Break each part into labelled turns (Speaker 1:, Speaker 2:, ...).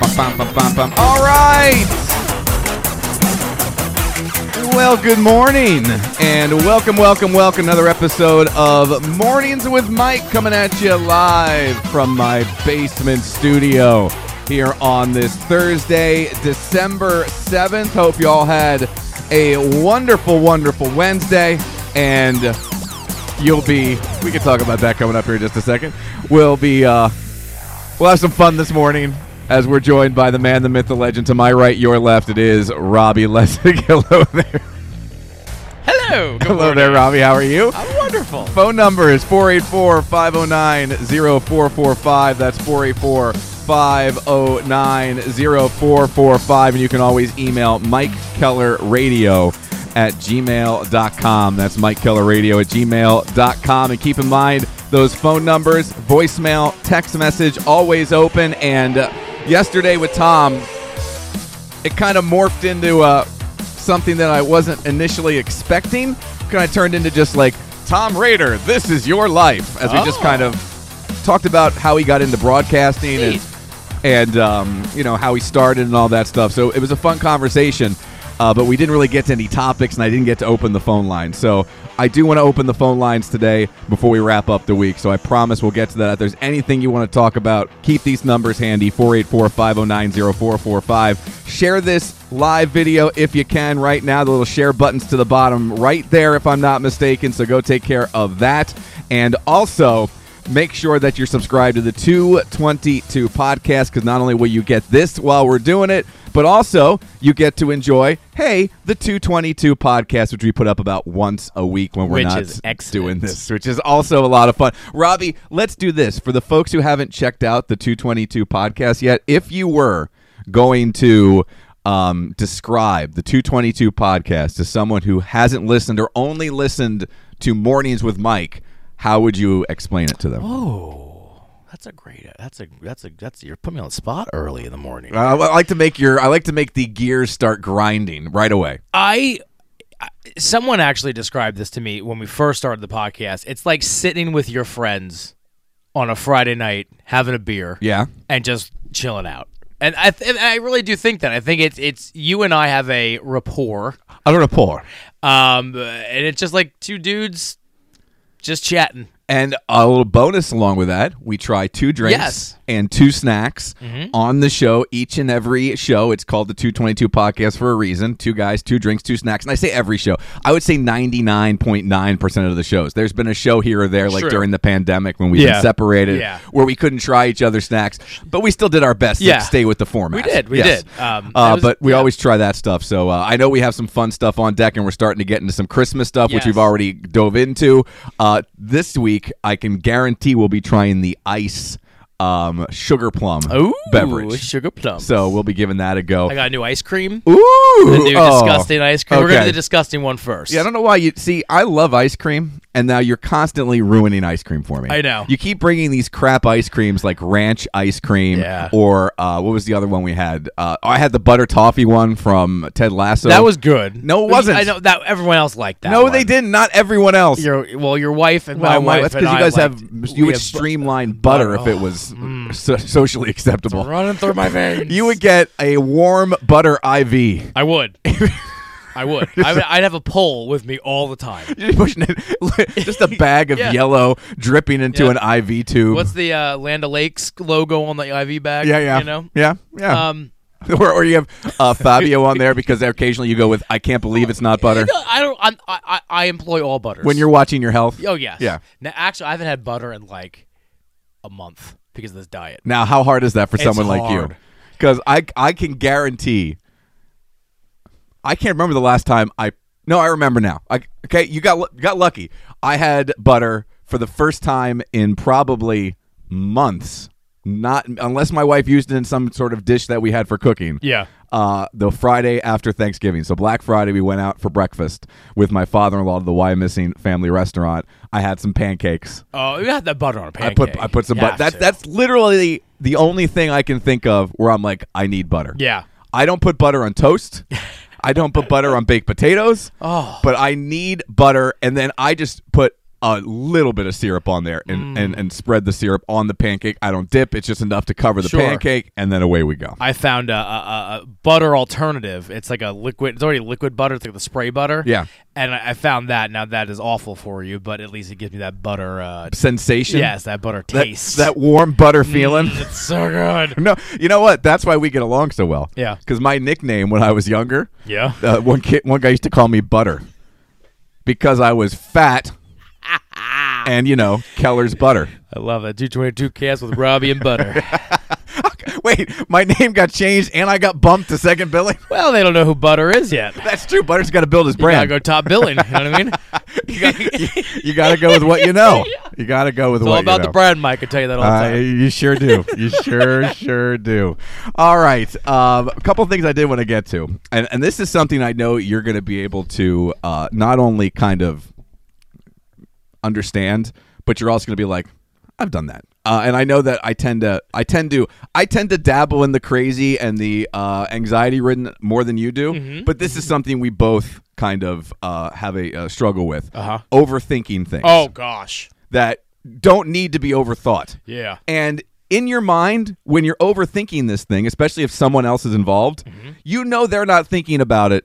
Speaker 1: All right. Well, good morning, and welcome, welcome, welcome. Another episode of Mornings with Mike coming at you live from my basement studio here on this Thursday, December 7th. Hope you all had a wonderful, wonderful Wednesday, and you'll be, we can talk about that coming up here in just a second. We'll be, uh, We'll have some fun this morning as we're joined by the man, the myth, the legend. To my right, your left, it is Robbie Lessig. Hello there.
Speaker 2: Hello. Good
Speaker 1: Hello
Speaker 2: morning.
Speaker 1: there, Robbie. How are you?
Speaker 2: I'm wonderful.
Speaker 1: Phone number is 484 509 0445. That's 484 509 0445. And you can always email Mike Keller Radio at gmail.com. That's Mike Keller Radio at gmail.com. And keep in mind those phone numbers, voicemail, text message, always open. And uh, yesterday with Tom, it kind of morphed into uh, something that I wasn't initially expecting. Kind of turned into just like Tom Raider, this is your life, as we just
Speaker 2: Oh.
Speaker 1: kind of talked about how he got into broadcasting and
Speaker 2: Neat.
Speaker 1: and um, you know how he started and all that stuff. So it was a fun conversation. Uh, but we didn't really get to any topics, and I didn't get to open the phone line. So I do want to open the phone lines today before we wrap up the week. So I promise we'll get to that. If there's anything you want to talk about, keep these numbers handy 484 509 0445. Share this live video if you can right now. The little share button's to the bottom right there, if I'm not mistaken. So go take care of that. And also, make sure that you're subscribed to the 222 podcast because not only will you get this while we're doing it, but also you get to enjoy, hey, the 222 podcast, which we put up about once a week when we're
Speaker 2: Which
Speaker 1: not
Speaker 2: is excellent.
Speaker 1: doing this, which is also a lot of fun. Robbie, let's do this. For the folks who haven't checked out the 222 podcast yet, if you were going to um, describe the 222 podcast to someone who hasn't listened or only listened to Mornings with Mike, how would you explain it to them?
Speaker 2: Oh, that's a great. That's a that's a that's you're putting me on the spot early in the morning.
Speaker 1: I, I like to make your I like to make the gears start grinding right away.
Speaker 2: I I- someone actually described this to me when we first started the podcast. It's like sitting with your friends on a Friday night, having a beer,
Speaker 1: Yeah.
Speaker 2: and just chilling out. And I th- and I really do think that. I think it's it's you and I have a rapport,
Speaker 1: I don't know, pour.
Speaker 2: um, and it's just like two dudes just chatting.
Speaker 1: And a little bonus along with that, we try two drinks
Speaker 2: Yes. Mm-hmm.
Speaker 1: and two snacks on the show, each and every show. It's called the 222 Podcast for a reason. Two guys, two drinks, two snacks. And I say every show. I would say 99.9% of the shows. There's been a show here or there, like
Speaker 2: True.
Speaker 1: during the pandemic when we've
Speaker 2: Yeah.
Speaker 1: been separated,
Speaker 2: Yeah.
Speaker 1: where we couldn't try each other's snacks, but we still did our best
Speaker 2: Yeah.
Speaker 1: to stay with the format.
Speaker 2: We did, we
Speaker 1: Yes.
Speaker 2: did. Um,
Speaker 1: uh,
Speaker 2: that was-
Speaker 1: but we
Speaker 2: yeah.
Speaker 1: always try that stuff. So uh, I know we have some fun stuff on deck, and we're starting to get into some Christmas stuff, which
Speaker 2: Yes.
Speaker 1: we've already already dove into. Uh, this week, I can guarantee we'll be trying the ice um, sugar plum
Speaker 2: Ooh,
Speaker 1: beverage.
Speaker 2: sugar plum.
Speaker 1: So we'll be giving that a go.
Speaker 2: I got a new ice cream.
Speaker 1: Ooh,
Speaker 2: The new
Speaker 1: oh,
Speaker 2: disgusting ice cream. We're gonna
Speaker 1: okay.
Speaker 2: do the disgusting one first.
Speaker 1: Yeah, I don't know why you see. I love ice cream, and now you're constantly ruining ice cream for me.
Speaker 2: I know.
Speaker 1: you keep bringing these crap ice creams like ranch ice cream,
Speaker 2: Yeah.
Speaker 1: or uh, what was the other one we had? Uh, I had the butter toffee one from Ted Lasso.
Speaker 2: that was good.
Speaker 1: No, it wasn't.
Speaker 2: I know that everyone else liked that.
Speaker 1: no,
Speaker 2: one.
Speaker 1: they didn't. Not everyone else.
Speaker 2: Your well, your wife and my
Speaker 1: Well, my-
Speaker 2: wife.
Speaker 1: that's
Speaker 2: and
Speaker 1: because you
Speaker 2: I
Speaker 1: guys have
Speaker 2: liked-
Speaker 1: you
Speaker 2: we
Speaker 1: would
Speaker 2: have bu- Oh. Hmm.
Speaker 1: streamline butter if it was so- socially acceptable.
Speaker 2: running through my veins.
Speaker 1: You would get a warm butter IV.
Speaker 2: I would. I would. I would. I'd have a pole with me all the time.
Speaker 1: You're pushing it- just a bag of
Speaker 2: Yeah.
Speaker 1: yellow dripping into
Speaker 2: Yeah.
Speaker 1: an IV tube.
Speaker 2: What's the uh, Land O'Lakes logo on the IV bag?
Speaker 1: yeah, yeah,
Speaker 2: You know.
Speaker 1: yeah, yeah.
Speaker 2: Um,
Speaker 1: or, or you have uh, Fabio on there because occasionally you go with I can't believe it's not butter
Speaker 2: I don't. I'm, I I I employ all butters
Speaker 1: when you're watching your health.
Speaker 2: Oh yes.
Speaker 1: Yeah.
Speaker 2: Now, actually, I haven't had butter in like a month because of this diet.
Speaker 1: Now, how hard is that for
Speaker 2: It's
Speaker 1: someone like you?
Speaker 2: hard.
Speaker 1: Because I I can guarantee. I can't remember the last time I. No, I remember now. I, okay, you got lu- got lucky. I had butter for the first time in probably months. Not unless my wife used it in some sort of dish that we had for cooking
Speaker 2: Yeah.
Speaker 1: uh, the Friday after Thanksgiving. So Black Friday, we went out for breakfast with my father-in-law to the Why Missing Family Restaurant. I had some pancakes.
Speaker 2: Oh, you had that butter on a
Speaker 1: I
Speaker 2: pancake.
Speaker 1: put I put some
Speaker 2: You
Speaker 1: butter.
Speaker 2: have
Speaker 1: That's
Speaker 2: to.
Speaker 1: that's literally the only thing I can think of where I'm like, I need butter.
Speaker 2: yeah.
Speaker 1: I don't put butter on toast. I don't put butter on baked potatoes.
Speaker 2: Oh.
Speaker 1: But I need butter, and then I just put a little bit of syrup on there and,
Speaker 2: Mm.
Speaker 1: and, and spread the syrup on the pancake. I don't dip. It's just enough to cover the
Speaker 2: Sure.
Speaker 1: pancake, and then away we go.
Speaker 2: I found a, a, a- a butter alternative. It's like a liquid. It's already liquid butter. It's like the spray butter.
Speaker 1: Yeah.
Speaker 2: And I I found that. Now that is awful for you, but at least it gives me that butter. Uh,
Speaker 1: Sensation.
Speaker 2: yes, that butter
Speaker 1: That,
Speaker 2: taste. Mm.
Speaker 1: that warm butter feeling.
Speaker 2: it's so good.
Speaker 1: No, you know what? That's why we get along so well.
Speaker 2: Yeah.
Speaker 1: Because my nickname when I was younger,
Speaker 2: Yeah.
Speaker 1: uh, one kid, one guy used to call me Butter because I was fat, and you know Keller's butter.
Speaker 2: I love it. Two twenty two cast with Robbie and butter.
Speaker 1: Wait, my name got changed, and I got bumped to second billing.
Speaker 2: well, they don't know who butter is yet.
Speaker 1: That's true. Butter's got to build his
Speaker 2: I
Speaker 1: brand.
Speaker 2: go top billing. You know what I mean?
Speaker 1: you got to go with what you know. You got to go with
Speaker 2: It's
Speaker 1: what
Speaker 2: all about
Speaker 1: you know.
Speaker 2: the brand, Mike. I tell you that all the
Speaker 1: Uh,
Speaker 2: time.
Speaker 1: you sure do. You sure, sure do. All right. Um, a couple things I did want to get to, and, and this is something I know you're going to be able to uh, not only kind of understand, but you're also going to be like, I've done that. Uh, and I know that I tend to, I tend to, I tend to dabble in the crazy and the uh, anxiety ridden more than you do.
Speaker 2: Mm-hmm.
Speaker 1: But this is something we both kind of uh, have a uh, struggle with:
Speaker 2: Uh-huh.
Speaker 1: overthinking things
Speaker 2: oh gosh.
Speaker 1: that don't need to be overthought.
Speaker 2: Yeah.
Speaker 1: And in your mind, when you're overthinking this thing, especially if someone else is involved,
Speaker 2: Mm-hmm.
Speaker 1: you know they're not thinking about it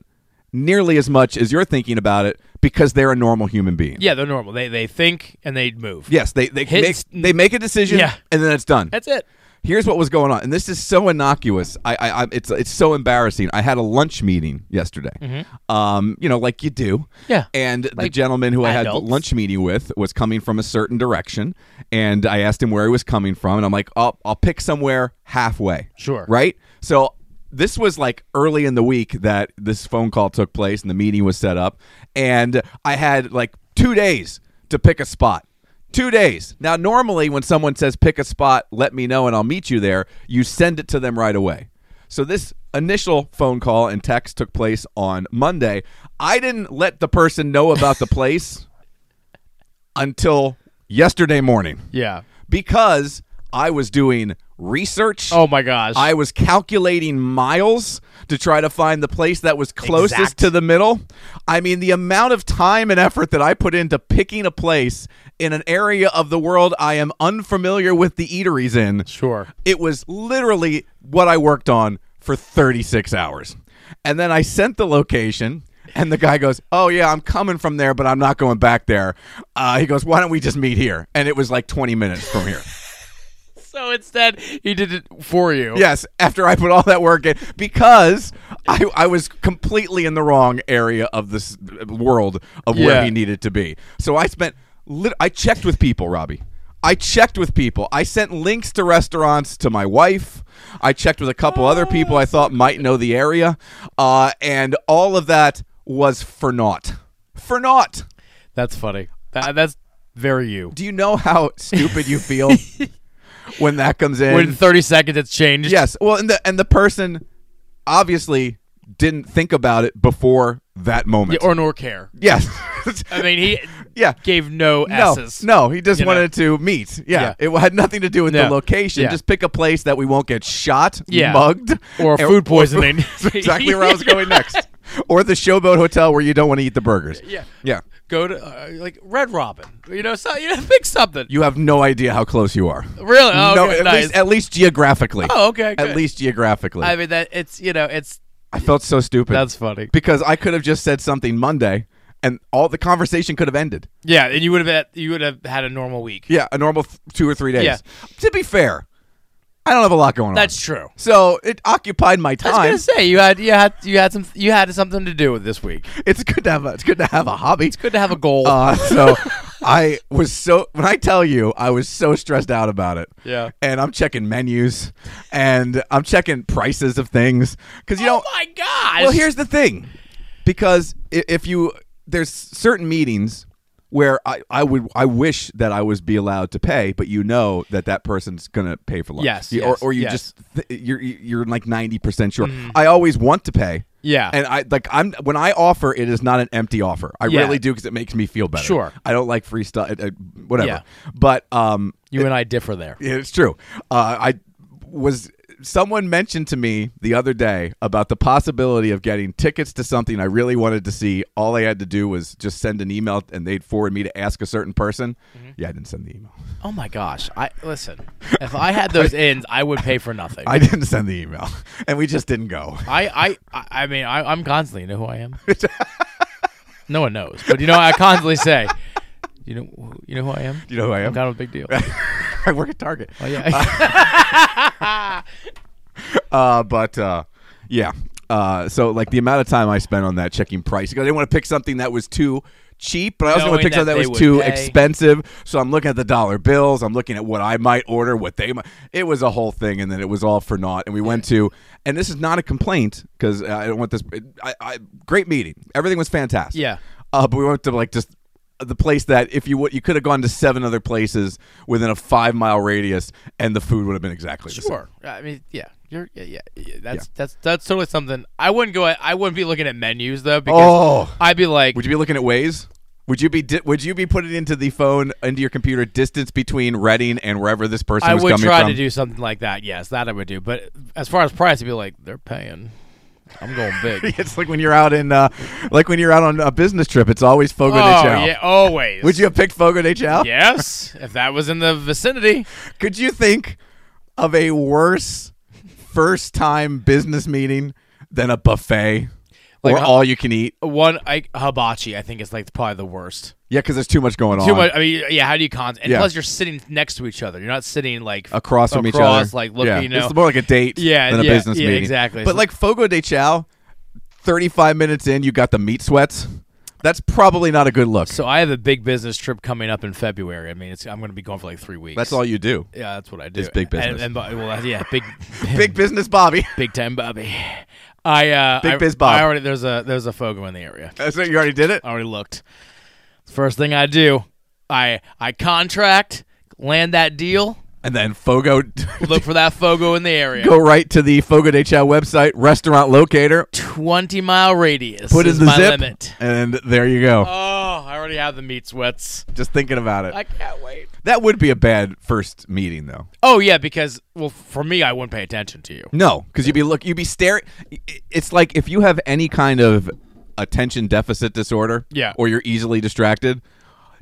Speaker 1: nearly as much as you're thinking about it because they're a normal human being.
Speaker 2: Yeah, they're normal. They they think and they move.
Speaker 1: Yes, they they make,
Speaker 2: His-
Speaker 1: they make a decision
Speaker 2: Yeah.
Speaker 1: and then it's done.
Speaker 2: That's it.
Speaker 1: Here's what was going on, and this is so innocuous. I, I, I it's it's so embarrassing. I had a lunch meeting yesterday, um, you know, like you do.
Speaker 2: Mm-hmm. Yeah.
Speaker 1: And the gentleman who I had the
Speaker 2: adults.
Speaker 1: lunch meeting with was coming from a certain direction, and I asked him where he was coming from, and I'm like, I'll, I'll pick somewhere halfway.
Speaker 2: Sure.
Speaker 1: Right. So this was like early in the week that this phone call took place and the meeting was set up, and I had like two days to pick a spot. Two days. Now, normally when someone says pick a spot, let me know and I'll meet you there, you send it to them right away. So this initial phone call and text took place on Monday. I didn't let the person know about the place until yesterday morning
Speaker 2: Yeah.
Speaker 1: because I was doing research.
Speaker 2: Oh my gosh.
Speaker 1: I was calculating miles to try to find the place that was closest
Speaker 2: Exact.
Speaker 1: to the middle. I mean, the amount of time and effort that I put into picking a place in an area of the world I am unfamiliar with the eateries in.
Speaker 2: sure.
Speaker 1: It was literally what I worked on for 36 hours. And then I sent the location, and the guy goes, Oh, yeah, I'm coming from there, but I'm not going back there. Uh, he goes, Why don't we just meet here? And it was like 20 minutes from here.
Speaker 2: So instead, he did it for you.
Speaker 1: Yes, after I put all that work in, because I, I was completely in the wrong area of this uh, world of where
Speaker 2: Yeah.
Speaker 1: he needed to be. So I spent, lit- I checked with people, Robbie. I checked with people. I sent links to restaurants to my wife. I checked with a couple other people I thought might know the area, uh, and all of that was for naught. For naught.
Speaker 2: That's funny. That, that's very you.
Speaker 1: Do you know how stupid you feel when that comes in?
Speaker 2: When 30 seconds, it's changed.
Speaker 1: Yes. Well, and the and the person obviously didn't think about it before that moment.
Speaker 2: Or nor care.
Speaker 1: yes.
Speaker 2: I mean, he
Speaker 1: yeah.
Speaker 2: gave no
Speaker 1: No,
Speaker 2: S's.
Speaker 1: no, he just
Speaker 2: You know.
Speaker 1: wanted to meet. Yeah,
Speaker 2: Yeah.
Speaker 1: it had nothing to do with
Speaker 2: Yeah.
Speaker 1: the location.
Speaker 2: Yeah.
Speaker 1: Just pick a place that we won't get shot,
Speaker 2: Yeah.
Speaker 1: mugged,
Speaker 2: Or
Speaker 1: and-
Speaker 2: food poisoning.
Speaker 1: That's exactly where I was going next, or the Showboat Hotel where you don't want to eat the burgers.
Speaker 2: Yeah.
Speaker 1: yeah.
Speaker 2: Go to, uh, like, Red Robin. You know, so, you know pick something.
Speaker 1: You have no idea how close you are.
Speaker 2: really? Oh,
Speaker 1: no,
Speaker 2: okay,
Speaker 1: at
Speaker 2: nice.
Speaker 1: least at least geographically.
Speaker 2: oh, okay.
Speaker 1: at
Speaker 2: good.
Speaker 1: least geographically.
Speaker 2: I
Speaker 1: I,
Speaker 2: mean, that it's, you know, it's,
Speaker 1: felt so stupid.
Speaker 2: that's funny.
Speaker 1: because I could have just said something Monday and all the conversation could have ended.
Speaker 2: Yeah. And you would have had, you would have had a normal week.
Speaker 1: Yeah, a normal th- two or three days.
Speaker 2: Yeah.
Speaker 1: To be fair, I don't have a lot going
Speaker 2: That's
Speaker 1: on.
Speaker 2: true.
Speaker 1: So it occupied my
Speaker 2: I was
Speaker 1: time.
Speaker 2: gonna say you had you had you had some you had something to do with this week.
Speaker 1: It's good to have a, it's good to have a hobby.
Speaker 2: Good to have a goal.
Speaker 1: Uh, so I was so when I tell you I was so stressed out about it.
Speaker 2: Yeah.
Speaker 1: And I'm checking menus and I'm checking prices of things cuz you know
Speaker 2: oh my gosh!
Speaker 1: Well, here's the thing, because i- if you there's certain meetings where I, I would I wish that I was be allowed to pay, but you know that that person's gonna pay for lunch.
Speaker 2: Yes,
Speaker 1: You- or,
Speaker 2: yes,
Speaker 1: or you
Speaker 2: yes. Mm.
Speaker 1: just th- you're you're like ninety percent sure. I always want to pay.
Speaker 2: Yeah.
Speaker 1: and I like I'm when I offer, it is not an empty offer. I
Speaker 2: Yeah.
Speaker 1: really do because it makes me feel better.
Speaker 2: Sure.
Speaker 1: I don't like free stuff. uh, Whatever,
Speaker 2: Yeah.
Speaker 1: but um,
Speaker 2: you and I differ there.
Speaker 1: yeah, it's true. Uh, I was someone mentioned to me the other day about the possibility of getting tickets to something I really wanted to see. All I had to do was just send an email, and they'd forward me to ask a certain person.
Speaker 2: Mm-hmm.
Speaker 1: Yeah, I didn't send the email.
Speaker 2: Oh my gosh! I listen. If I had those ends, I would pay for nothing.
Speaker 1: I didn't send the email, and we just didn't go.
Speaker 2: I, I, I mean, I, I'm constantly you know who I am. no one knows, but you know, I constantly say, you know, who- you know who I am.
Speaker 1: You know who I
Speaker 2: I'm
Speaker 1: am?
Speaker 2: kind of a big deal.
Speaker 1: I work at Target.
Speaker 2: Oh yeah,
Speaker 1: Uh, but uh, yeah, uh, so like the amount of time I spent on that checking price because I didn't want to pick something that was too cheap, but I also didn't want to
Speaker 2: Knowing
Speaker 1: pick something
Speaker 2: that
Speaker 1: that
Speaker 2: they
Speaker 1: was
Speaker 2: would
Speaker 1: too
Speaker 2: pay.
Speaker 1: expensive. So I'm looking at the dollar bills. I'm looking at what I might order, what they might. It was a whole thing, and then it was all for naught. And we went to, and this is not a complaint because I don't want this. I, I great meeting. Everything was fantastic.
Speaker 2: Yeah.
Speaker 1: Uh, but we went to like just the place that if you would you could have gone to seven other places within a five mile radius and the food would have been exactly the same.
Speaker 2: sure. I mean, yeah, you're, yeah, yeah, yeah. That's that's that's totally something. I wouldn't go. at- I wouldn't be looking at menus though because
Speaker 1: Oh,
Speaker 2: I'd be like,
Speaker 1: Would you be looking at ways? Would you be di- would you be putting into the phone into your computer distance between Reading and wherever this person
Speaker 2: I
Speaker 1: was
Speaker 2: would
Speaker 1: coming
Speaker 2: try
Speaker 1: from?
Speaker 2: to do something like that. Yes, that I would do. But as far as price, I'd be like, they're paying. I'm going big.
Speaker 1: it's like when you're out in uh, like when you're out on a business trip. It's always Fogo
Speaker 2: oh
Speaker 1: de Chao.
Speaker 2: yeah, always.
Speaker 1: Would you have picked Fogo de Chao?
Speaker 2: Yes, if that was in the vicinity.
Speaker 1: Could you think of a worse first time business meeting than a buffet
Speaker 2: Like
Speaker 1: or
Speaker 2: a-
Speaker 1: all you can eat?
Speaker 2: One I, hibachi, I think, is like probably the worst.
Speaker 1: Yeah, because there's too much going on.
Speaker 2: Too much. I mean, yeah. How do you con? And
Speaker 1: Yeah.
Speaker 2: plus, you're sitting next to each other. You're not sitting like
Speaker 1: across from each
Speaker 2: across,
Speaker 1: other.
Speaker 2: Like looking,
Speaker 1: yeah.
Speaker 2: you know.
Speaker 1: it's more like a date
Speaker 2: Yeah,
Speaker 1: than a
Speaker 2: yeah,
Speaker 1: business
Speaker 2: yeah,
Speaker 1: meeting.
Speaker 2: exactly.
Speaker 1: But like Fogo de Chao, thirty-five minutes in, you got the meat sweats. That's probably not a good look.
Speaker 2: so I have a big business trip coming up in February. I mean, it's, I'm going to be gone for like three weeks.
Speaker 1: That's all you do.
Speaker 2: Yeah, that's what I do.
Speaker 1: It's big business.
Speaker 2: And, and, well, yeah, big,
Speaker 1: Big business, Bobby.
Speaker 2: Big time Bobby. I uh
Speaker 1: Big
Speaker 2: I,
Speaker 1: Biz Bob.
Speaker 2: I already there's a there's a Fogo in the area.
Speaker 1: That's it, you already did it.
Speaker 2: I already looked. First thing I do, I I contract, land that deal,
Speaker 1: And then Fogo,
Speaker 2: look for that Fogo in the area.
Speaker 1: go right to the Fogo de Chao website, restaurant locator,
Speaker 2: Twenty mile radius.
Speaker 1: put
Speaker 2: is
Speaker 1: in the
Speaker 2: my
Speaker 1: zip,
Speaker 2: limit.
Speaker 1: and there you go.
Speaker 2: Oh, I already have the meat sweats.
Speaker 1: Just thinking about it.
Speaker 2: I can't wait.
Speaker 1: that would be a bad first meeting, though.
Speaker 2: Oh yeah, because well for me I wouldn't pay attention to you.
Speaker 1: No, because you'd be look, you'd be staring. It's like if you have any kind of attention deficit disorder,
Speaker 2: Yeah.
Speaker 1: or you're easily distracted.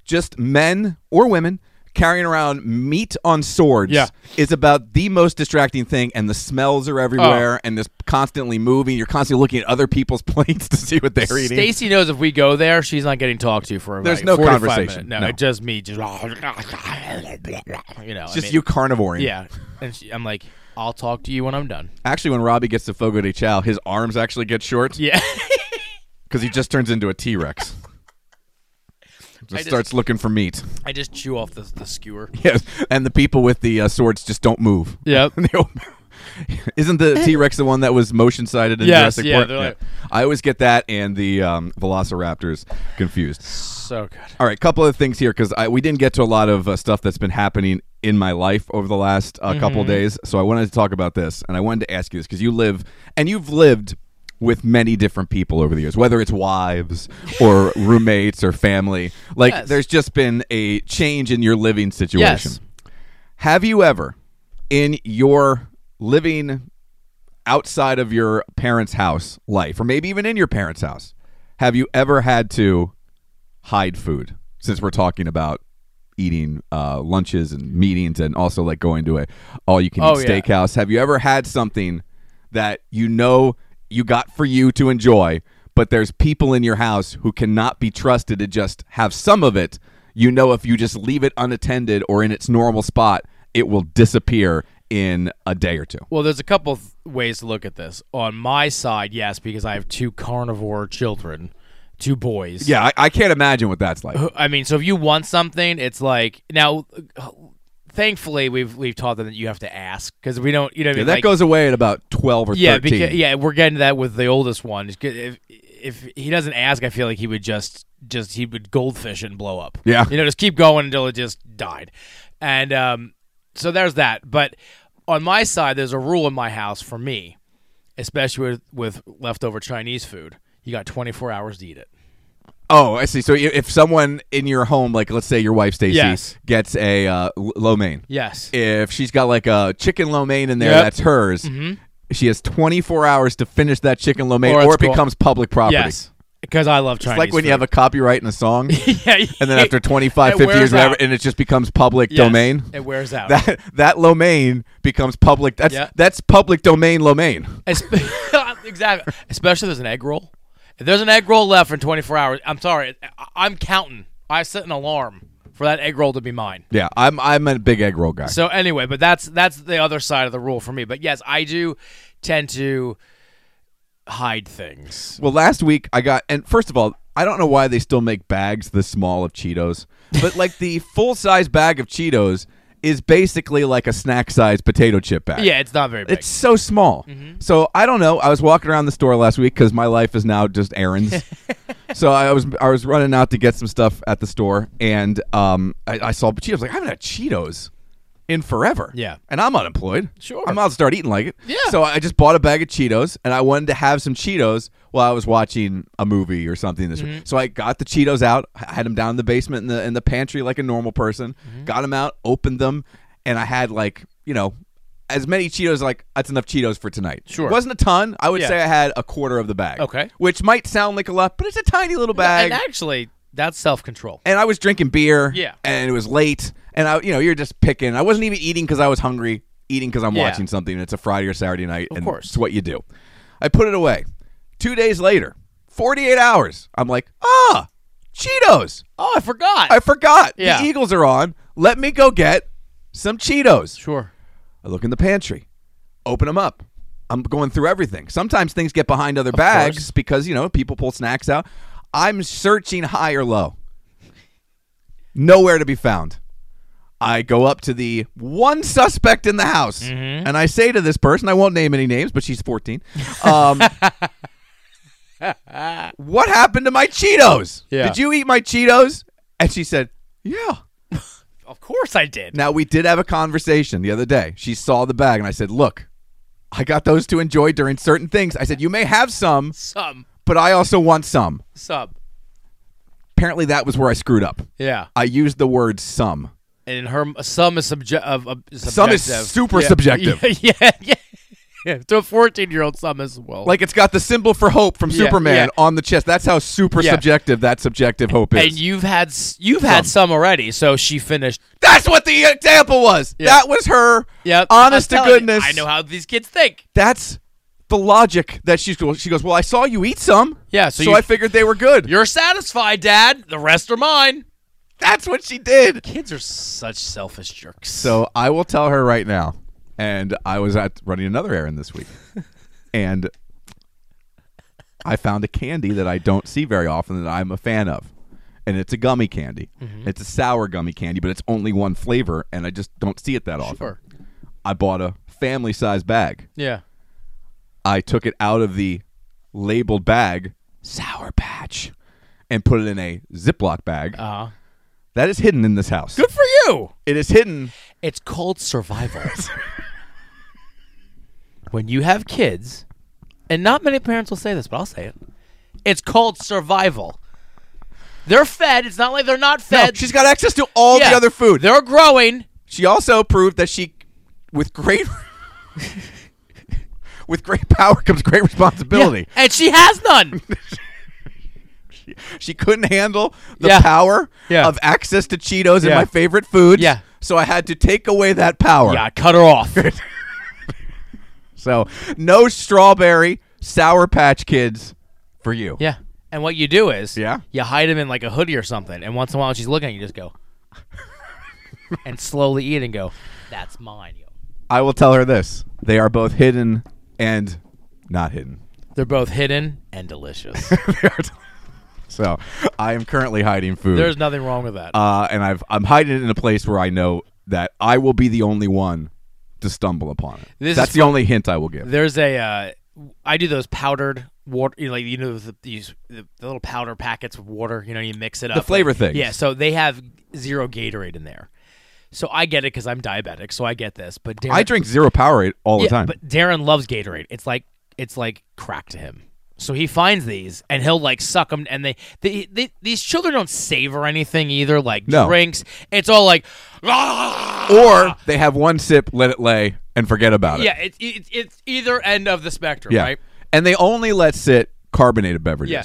Speaker 1: Just men or women carrying around meat on swords
Speaker 2: Yeah.
Speaker 1: is about the most distracting thing, and the smells are everywhere,
Speaker 2: Oh.
Speaker 1: and this constantly moving. You're constantly looking at other people's plates to see what they're eating.
Speaker 2: Stacy knows if we go there, she's not getting talked to for
Speaker 1: There's
Speaker 2: like
Speaker 1: no
Speaker 2: 45
Speaker 1: conversation,
Speaker 2: minutes. No,
Speaker 1: no.
Speaker 2: it's just me just you know. I
Speaker 1: Just
Speaker 2: mean-
Speaker 1: you carnivoring.
Speaker 2: Yeah. And she, I'm like, I'll talk to you when I'm done.
Speaker 1: Actually, when Robbie gets to Fogo de Chao, his arms actually get short
Speaker 2: Yeah.
Speaker 1: because he just turns into a T Rex.
Speaker 2: just-
Speaker 1: just starts looking for meat.
Speaker 2: I just chew off the, the skewer.
Speaker 1: Yes, and the people with the uh, swords just don't move.
Speaker 2: Yep.
Speaker 1: They don't- Isn't the T Rex the one that was motion sighted in
Speaker 2: Yes,
Speaker 1: Jurassic
Speaker 2: yeah,
Speaker 1: Park?
Speaker 2: they're like-
Speaker 1: I always get that and the um, Velociraptors confused.
Speaker 2: So good.
Speaker 1: All right, couple of things here because we didn't get to a lot of uh, stuff that's been happening in my life over the last uh, couple of
Speaker 2: Mm-hmm.
Speaker 1: days. So I wanted to talk about this, and I wanted to ask you this because you live and you've lived with many different people over the years, whether it's wives or roommates or family. Like,
Speaker 2: Yes.
Speaker 1: there's just been a change in your living situation.
Speaker 2: Yes.
Speaker 1: Have you ever, in your living outside of your parents' house life, or maybe even in your parents' house, have you ever had to hide food? Since we're talking about eating uh, lunches and meetings, and also like going to a all-you-can-eat
Speaker 2: Oh, yeah.
Speaker 1: steakhouse, have you ever had something that you know you got for you to enjoy, but there's people in your house who cannot be trusted to just have some of it? You know, if you just leave it unattended or in its normal spot, it will disappear in a day or two.
Speaker 2: Well, there's a couple of ways to look at this. On my side, yes, because I have two carnivore children, two boys.
Speaker 1: Yeah, I, I can't imagine what that's like.
Speaker 2: I mean, so if you want something, it's like now. Thankfully, we've we've taught them that you have to ask because we don't. You know, what I
Speaker 1: Yeah,
Speaker 2: mean?
Speaker 1: that
Speaker 2: Like-
Speaker 1: goes away at about twelve or
Speaker 2: Yeah,
Speaker 1: thirteen.
Speaker 2: because yeah, we're getting to that with the oldest one. It's good- If if he doesn't ask, I feel like he would just just he would goldfish and blow up.
Speaker 1: Yeah.
Speaker 2: you know, just keep going until it just died, and um, so there's that. But on my side, there's a rule in my house for me, especially with, with leftover Chinese food. You got 24 hours to eat it.
Speaker 1: Oh, I see. So i- if someone in your home, like let's say your wife Stacy,
Speaker 2: Yes.
Speaker 1: gets a uh, l- lo mein,
Speaker 2: Yes.
Speaker 1: if she's got like a chicken lo mein in there
Speaker 2: Yep. Mm-hmm.
Speaker 1: that's hers, she has 24 hours to finish that chicken lo mein,
Speaker 2: Or
Speaker 1: or,
Speaker 2: it's
Speaker 1: it
Speaker 2: called-
Speaker 1: becomes public property.
Speaker 2: Yes. Because I love Chinese.
Speaker 1: It's like when you have a copyright in a song,
Speaker 2: yeah, yeah.
Speaker 1: and then after 25,
Speaker 2: It
Speaker 1: 50 years,
Speaker 2: wears
Speaker 1: whatever,
Speaker 2: out.
Speaker 1: and it just becomes public
Speaker 2: Yes,
Speaker 1: domain.
Speaker 2: it wears out.
Speaker 1: That that lo mein becomes public. That's
Speaker 2: Yeah.
Speaker 1: that's public domain lo mein.
Speaker 2: Espe- exactly. Especially if there's an egg roll. If there's an egg roll left for 24 hours, I'm sorry. I- I'm counting. I set an alarm for that egg roll to be mine.
Speaker 1: Yeah, I'm I'm a big egg roll guy.
Speaker 2: So anyway, but that's that's the other side of the rule for me. But yes, I do tend to hide things.
Speaker 1: Well, last week I got, and first of all, I don't know why they still make bags this small of Cheetos, but like the full size bag of Cheetos is basically like a snack size potato chip bag.
Speaker 2: Yeah, Mm-hmm. it's not very big.
Speaker 1: It's so small. So I don't know. I was walking around the store last week because my life is now just errands. so I was I was running out to get some stuff at the store, and um, I, I saw Cheetos. I was like I haven't had Cheetos in forever.
Speaker 2: Yeah.
Speaker 1: and I'm unemployed.
Speaker 2: Sure.
Speaker 1: I'm about to start eating like it.
Speaker 2: Yeah.
Speaker 1: So I just bought a bag of Cheetos, and I wanted to have some Cheetos while I was watching a movie or something. This
Speaker 2: Mm-hmm.
Speaker 1: week. so I got the Cheetos out, h- had them down in the basement in the in the pantry like a normal person.
Speaker 2: Mm-hmm.
Speaker 1: Got them out, opened them, and I had like you know as many Cheetos like that's enough Cheetos for tonight.
Speaker 2: Sure.
Speaker 1: wasn't a ton. I would
Speaker 2: Yeah.
Speaker 1: say I had a quarter of the bag.
Speaker 2: Okay.
Speaker 1: which might sound like a lot, but it's a tiny little bag
Speaker 2: and actually, that's self control.
Speaker 1: and I was drinking beer.
Speaker 2: Yeah.
Speaker 1: And it was late. And I, you know, you're just picking. I wasn't even eating because I was hungry. Eating because I'm
Speaker 2: Yeah.
Speaker 1: watching something. And it's a Friday or Saturday night. Of and
Speaker 2: course.
Speaker 1: it's what you do. I put it away. Two days later, 48 hours. I'm like, ah, Cheetos.
Speaker 2: Oh, I forgot.
Speaker 1: I forgot.
Speaker 2: Yeah.
Speaker 1: The Eagles are on. Let me go get some Cheetos.
Speaker 2: sure.
Speaker 1: I look in the pantry, open them up. I'm going through everything. Sometimes things get behind other bags
Speaker 2: course.
Speaker 1: because, you know, people pull snacks out. I'm searching high or low. Nowhere to be found. I go up to the one suspect in the house
Speaker 2: Mm-hmm.
Speaker 1: and I say to this person, I won't name any names, but she's 14. Um, what happened to my Cheetos?
Speaker 2: Yeah.
Speaker 1: Did you eat my Cheetos? And she said, Yeah.
Speaker 2: Of course I did.
Speaker 1: Now we did have a conversation the other day. She saw the bag and I said, "Look, I got those to enjoy during certain things." I said, "You may have some,
Speaker 2: Some.
Speaker 1: but I also want some."
Speaker 2: Some.
Speaker 1: Apparently that was where I screwed up.
Speaker 2: Yeah.
Speaker 1: I used the word some.
Speaker 2: And in her, some is subjective. Of, of, subjective.
Speaker 1: Some is super
Speaker 2: Yeah.
Speaker 1: subjective.
Speaker 2: Yeah, yeah. yeah. To a 14 year old, some as well.
Speaker 1: Like it's got the symbol for hope from
Speaker 2: Yeah,
Speaker 1: Superman
Speaker 2: yeah.
Speaker 1: on the chest. That's how super
Speaker 2: Yeah.
Speaker 1: subjective that subjective hope is.
Speaker 2: and you've had s- you've had some already. So she finished.
Speaker 1: That's what the example was.
Speaker 2: Yeah.
Speaker 1: That was her.
Speaker 2: Yep.
Speaker 1: Honest
Speaker 2: I'm
Speaker 1: to
Speaker 2: telling you,
Speaker 1: goodness.
Speaker 2: I know how these kids think.
Speaker 1: That's the logic that she she goes, "Well, I saw you eat some."
Speaker 2: Yeah, so
Speaker 1: so
Speaker 2: you-
Speaker 1: I figured they were good.
Speaker 2: You're satisfied, Dad. The rest are mine.
Speaker 1: That's what she did.
Speaker 2: Kids are such selfish jerks.
Speaker 1: So I will tell her right now. And I was at running another errand this week, and I found a candy that I don't see very often that I'm a fan of, and it's a gummy candy.
Speaker 2: Mm-hmm.
Speaker 1: It's a sour gummy candy, but it's only one flavor, and I just don't see it that often.
Speaker 2: Sure.
Speaker 1: I bought a family size bag.
Speaker 2: yeah,
Speaker 1: I took it out of the labeled bag, sour patch, and put it in a Ziploc bag
Speaker 2: uh,
Speaker 1: that is hidden in this house.
Speaker 2: good for you.
Speaker 1: It is hidden.
Speaker 2: It's called survival. when you have kids, and not many parents will say this, but I'll say it. It's called survival. They're fed. It's not like they're not
Speaker 1: No,
Speaker 2: fed.
Speaker 1: she's got access to all
Speaker 2: Yeah.
Speaker 1: the other food.
Speaker 2: They're growing.
Speaker 1: She also proved that she, with great, with great power comes great responsibility.
Speaker 2: Yeah, and she has none.
Speaker 1: She couldn't handle the
Speaker 2: Yeah.
Speaker 1: power
Speaker 2: Yeah.
Speaker 1: of access to Cheetos and
Speaker 2: Yeah.
Speaker 1: my favorite foods.
Speaker 2: Yeah.
Speaker 1: So I had to take away that power.
Speaker 2: yeah, cut her off.
Speaker 1: So no strawberry sour patch kids for you.
Speaker 2: Yeah. And what you do is,
Speaker 1: Yeah?
Speaker 2: you hide them in like a hoodie or something, and once in a while, when she's looking, at you just go and slowly eat and go, "That's mine." Yo.
Speaker 1: I will tell her this: they are both hidden and not hidden.
Speaker 2: They're both hidden and delicious.
Speaker 1: They are- so I am currently hiding food.
Speaker 2: There's nothing wrong with that.
Speaker 1: uh, and I've I'm hiding it in a place where I know that I will be the only one to stumble upon it.
Speaker 2: This
Speaker 1: That's
Speaker 2: is
Speaker 1: the only hint I will give.
Speaker 2: There's a, uh, I do those powdered water, you know, like you know the, these the, the little powder packets of water. You know, you mix it up.
Speaker 1: flavor things.
Speaker 2: Yeah. So they have zero Gatorade in there. So I get it because I'm diabetic, so I get this. But Darren,
Speaker 1: I drink zero Powerade all the
Speaker 2: Yeah,
Speaker 1: time.
Speaker 2: But Darren loves Gatorade. It's like it's like crack to him. So he finds these and he'll like suck them. And they, they, they these children don't savor anything either, like
Speaker 1: No.
Speaker 2: drinks. It's all like, "Ah!"
Speaker 1: Or they have one sip, let it lay, and forget about it.
Speaker 2: yeah, it's it's it's either end of the spectrum,
Speaker 1: Yeah.
Speaker 2: right?
Speaker 1: And they only let sit carbonated beverages.
Speaker 2: Yeah.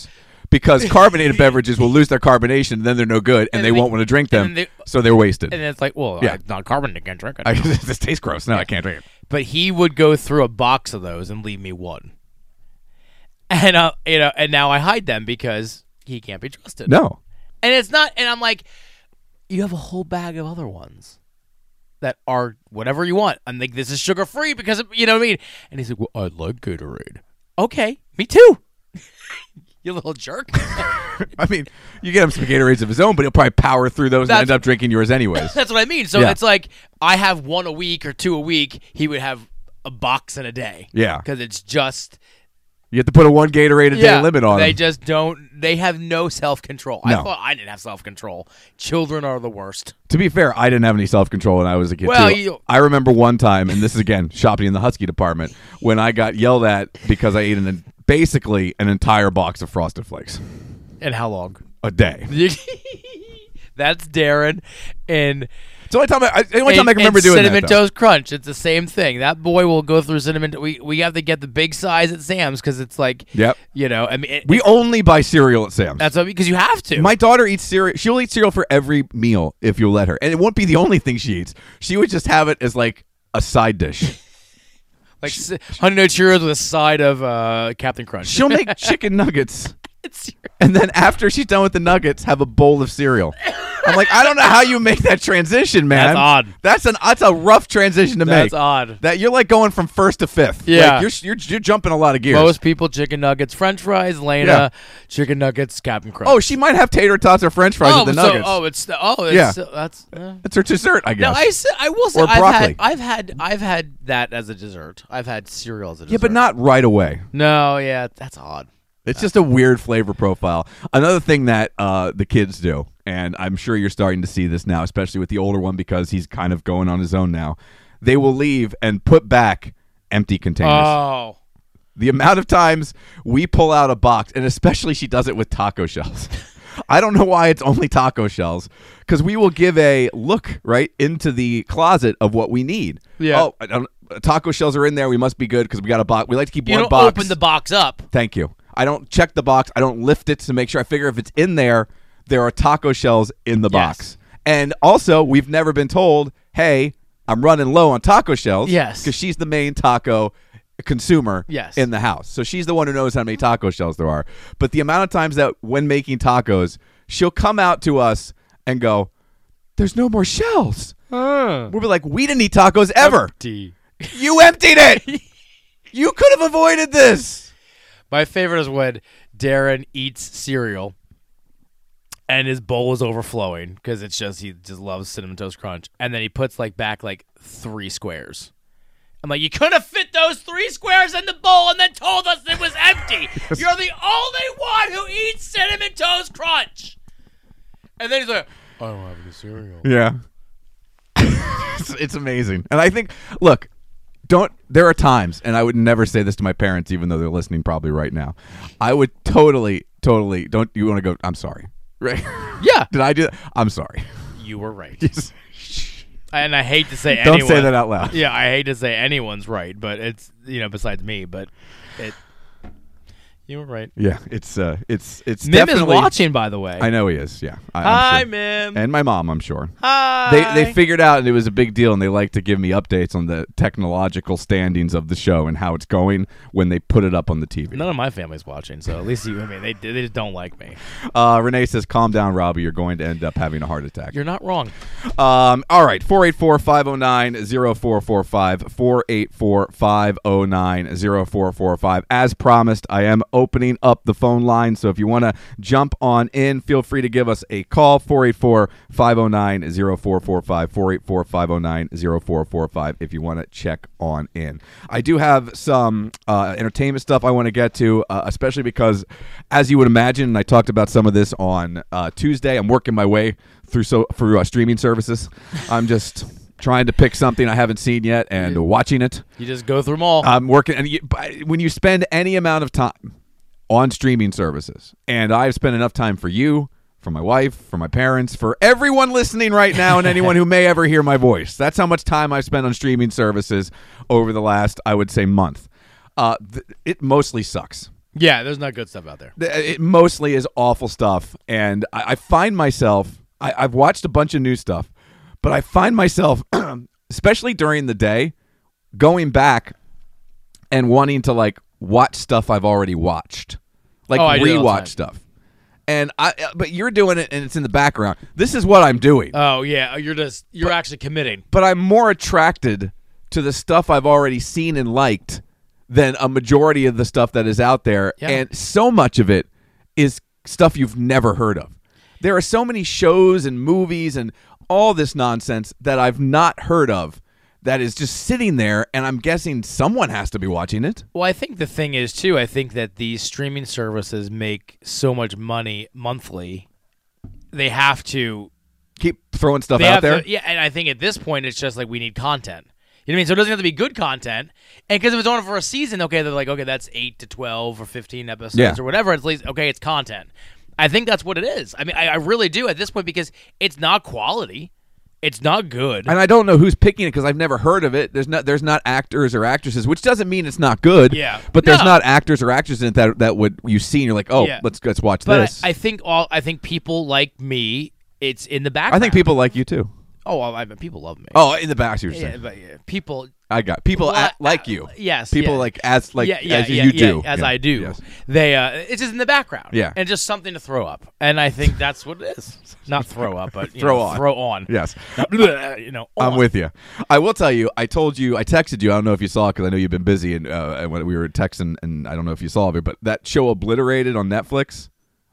Speaker 1: Because carbonated beverages will lose their carbonation, then they're no good, and, they
Speaker 2: they-
Speaker 1: won't want to drink them,
Speaker 2: and they-
Speaker 1: so they're wasted.
Speaker 2: And it's like, well,
Speaker 1: Yeah.
Speaker 2: it's not carbon I can't drink it.
Speaker 1: I, this tastes gross. No, I can't drink it.
Speaker 2: but he would go through a box of those and leave me one. And uh, you know, and now I hide them because he can't be trusted.
Speaker 1: No.
Speaker 2: And it's not and I'm like you have a whole bag of other ones that are whatever you want. I'm like this is sugar free because of, you know what I mean. And he's like, "Well, I like Gatorade." Okay, me too. you little jerk.
Speaker 1: I mean, you get him some Gatorades of his own, but he'll probably power through those
Speaker 2: That's-
Speaker 1: and end up drinking yours anyways.
Speaker 2: That's what I mean. So
Speaker 1: Yeah.
Speaker 2: it's like I have one a week or two a week. He would have a box in a day.
Speaker 1: Yeah.
Speaker 2: Because it's just
Speaker 1: You have to put a one Gatorade a day limit on
Speaker 2: They
Speaker 1: him.
Speaker 2: just don't. They have no self control. I
Speaker 1: No.
Speaker 2: thought I didn't have self control. Children are the worst.
Speaker 1: To be fair, I didn't have any self control when I was a kid.
Speaker 2: Well,
Speaker 1: too.
Speaker 2: you-
Speaker 1: I remember one time, and this is again shopping in the Husky department, when I got yelled at because I ate an basically an entire box of Frosted Flakes
Speaker 2: And how long?
Speaker 1: a day.
Speaker 2: That's Darren and
Speaker 1: It's the only time I, I- the only time
Speaker 2: and-
Speaker 1: I can remember
Speaker 2: and
Speaker 1: doing
Speaker 2: cinnamon
Speaker 1: that. though.
Speaker 2: toast crunch. It's the same thing. That boy will go through cinnamon. To- we we have to get the big size at Sam's because it's like
Speaker 1: Yep.
Speaker 2: You know, I mean, it,
Speaker 1: We only buy cereal at Sam's.
Speaker 2: that's because you have to.
Speaker 1: My daughter eats cereal. She'll eat cereal for every meal if you let her, and it won't be the only thing she eats. She would just have it as like a side dish.
Speaker 2: like s- honey nut Cheerios with a side of uh, Captain Crunch.
Speaker 1: She'll make chicken nuggets,
Speaker 2: It's-
Speaker 1: and then after she's done with the nuggets, have a bowl of cereal. I'm like, I don't know how you make that transition, man.
Speaker 2: That's odd.
Speaker 1: That's an that's a rough transition to make.
Speaker 2: that's odd.
Speaker 1: That you're like going from first to fifth.
Speaker 2: Yeah.
Speaker 1: Like, you're, you're you're jumping a lot of gears.
Speaker 2: Most people chicken nuggets, French fries, Lena,
Speaker 1: Yeah.
Speaker 2: chicken nuggets, Captain Crunch.
Speaker 1: oh, she might have tater tots or French fries
Speaker 2: oh,
Speaker 1: with the
Speaker 2: so-
Speaker 1: nuggets.
Speaker 2: oh, it's the- oh, it's,
Speaker 1: Yeah.
Speaker 2: so- that's. Uh,
Speaker 1: That's her dessert, I guess.
Speaker 2: no, I, s- I will say
Speaker 1: Or
Speaker 2: I've
Speaker 1: broccoli.
Speaker 2: had, I've had I've had that as a dessert. I've had cereal as a dessert.
Speaker 1: yeah, but not right away.
Speaker 2: No, yeah, that's odd.
Speaker 1: It's just a weird flavor profile. Another thing that uh, the kids do, and I'm sure you're starting to see this now, especially with the older one because he's kind of going on his own now. They will leave and put back empty containers.
Speaker 2: Oh,
Speaker 1: the amount of times we pull out a box, and especially she does it with taco shells. I don't know why it's only taco shells because we will give a look right into the closet of what we need.
Speaker 2: Yeah.
Speaker 1: Oh, I don't, taco shells are in there. We must be good because we got a box. We like to keep
Speaker 2: you
Speaker 1: one
Speaker 2: don't
Speaker 1: box.
Speaker 2: open the box up.
Speaker 1: Thank you. I don't check the box. I don't lift it to make sure. I figure if it's in there, there are taco shells in the box. And also, we've never been told, hey, I'm running low on taco shells.
Speaker 2: Yes.
Speaker 1: Because she's the main taco consumer
Speaker 2: Yes.
Speaker 1: in the house. So she's the one who knows how many taco shells there are. But the amount of times that when making tacos, she'll come out to us and go, there's no more shells. We'll be like, we didn't eat tacos ever.
Speaker 2: D.
Speaker 1: you emptied it. You could have avoided this.
Speaker 2: My favorite is when Darren eats cereal and his bowl is overflowing because it's just he just loves cinnamon toast crunch, and then he puts like back like three squares. I'm like, you could have fit those three squares in the bowl and then told us it was empty. You're the only one who eats cinnamon toast crunch. And then he's like, I don't have any cereal.
Speaker 1: Yeah. it's, it's amazing. And I think, look, don't, there are times, and I would never say this to my parents, even though they're listening probably right now. I would totally, totally, don't, you want to go, I'm sorry. Right?
Speaker 2: Yeah,
Speaker 1: Did I do that? I'm sorry.
Speaker 2: you were right. And I hate to say
Speaker 1: don't
Speaker 2: anyone.
Speaker 1: say that out loud.
Speaker 2: yeah, I hate to say anyone's right, but it's you know besides me, but it. You were right.
Speaker 1: Yeah. It's, uh, it's, it's
Speaker 2: Mim is
Speaker 1: definitely.
Speaker 2: watching, by the way.
Speaker 1: I know he is. Yeah. I, I'm
Speaker 2: Hi,
Speaker 1: sure.
Speaker 2: Mim.
Speaker 1: And my mom, I'm sure.
Speaker 2: Hi.
Speaker 1: They, they figured out and it was a big deal, and they like to give me updates on the technological standings of the show and how it's going when they put it up on the TV.
Speaker 2: None of my family's watching, so at least you. I mean, they they just don't like me.
Speaker 1: Uh, Renee says, calm down, Robbie. You're going to end up having a heart attack.
Speaker 2: You're not wrong.
Speaker 1: Um, all right, 484 509 0445. 484 509 0445. As promised, I am opening up the phone line. So if you want to jump on in, feel free to give us a call 484 509 0445. 484 509 0445 if you want to check on in. I do have some uh, entertainment stuff I want to get to, uh, especially because, as you would imagine, and I talked about some of this on uh, Tuesday, I'm working my way through so through uh, streaming services. I'm just trying to pick something I haven't seen yet and watching it. Uh,
Speaker 2: You just go through them all.
Speaker 1: I'm working, and you, but when you spend any amount of time on streaming services. And I've spent enough time for you, for my wife, for my parents, for everyone listening right now, and anyone who may ever hear my voice. That's how much time I've spent on streaming services over the last, I would say, month. Uh, th- it mostly sucks.
Speaker 2: Yeah, there's not good stuff out there.
Speaker 1: Th- uh, It mostly is awful stuff. And I, I find myself, I, I've watched a bunch of new stuff, but I find myself, especially during the day, going back and wanting to like watch stuff I've already watched, like
Speaker 2: Oh, I do that all the time.
Speaker 1: rewatch stuff. And I, uh, but you're doing it and it's in the background. This is what I'm doing,
Speaker 2: Oh yeah, you're just you're actually committing.
Speaker 1: but I'm more attracted to the stuff I've already seen and liked than a majority of the stuff that is out there.
Speaker 2: Yeah.
Speaker 1: And so much of it is stuff you've never heard of. There are so many shows and movies and all this nonsense that I've not heard of that is just sitting there, and I'm guessing someone has to be watching it.
Speaker 2: Well, I think the thing is too. I think that these streaming services make so much money monthly. They have to.
Speaker 1: Keep throwing stuff
Speaker 2: They
Speaker 1: out
Speaker 2: have
Speaker 1: there.
Speaker 2: To, yeah, and I think at this point it's just like we need content. You know what I mean? So it doesn't have to be good content. And because if it's on for a season, okay, they're like, okay, that's eight to twelve or fifteen episodes
Speaker 1: Yeah.
Speaker 2: or whatever. It's at least okay, it's content. I think that's what it is. I mean, I, I really do at this point because it's not quality. It's not good.
Speaker 1: and I don't know who's picking it because I've never heard of it. There's not there's not actors or actresses, which doesn't mean it's not good.
Speaker 2: Yeah.
Speaker 1: but there's
Speaker 2: No.
Speaker 1: not actors or actresses in it that that would you see and you're like, oh,
Speaker 2: Yeah.
Speaker 1: let's let's watch
Speaker 2: but
Speaker 1: this.
Speaker 2: I,
Speaker 1: I,
Speaker 2: I think all I think people like me. It's in the background.
Speaker 1: think people like you too.
Speaker 2: Oh, well, I mean, people love me.
Speaker 1: Oh, in the back, I see what you're
Speaker 2: yeah,
Speaker 1: saying.
Speaker 2: but yeah, people.
Speaker 1: I got people
Speaker 2: Well, uh,
Speaker 1: at, like you.
Speaker 2: yes,
Speaker 1: people
Speaker 2: yeah.
Speaker 1: like as like
Speaker 2: yeah, yeah,
Speaker 1: as
Speaker 2: yeah,
Speaker 1: you
Speaker 2: yeah,
Speaker 1: do,
Speaker 2: as
Speaker 1: Yeah,
Speaker 2: I do.
Speaker 1: yes.
Speaker 2: They, uh, it's just in the background.
Speaker 1: Yeah.
Speaker 2: and just something to throw up, and I think that's what it is. Not throw up, but you
Speaker 1: Throw
Speaker 2: know,
Speaker 1: on. Um,
Speaker 2: throw on.
Speaker 1: Yes.
Speaker 2: you know, oh, on.
Speaker 1: I'm with you. I will tell you. I told you. I texted you. I don't know if you saw because I know you've been busy and, uh, and when we were texting, and I don't know if you saw it, but that show Obliterated on Netflix.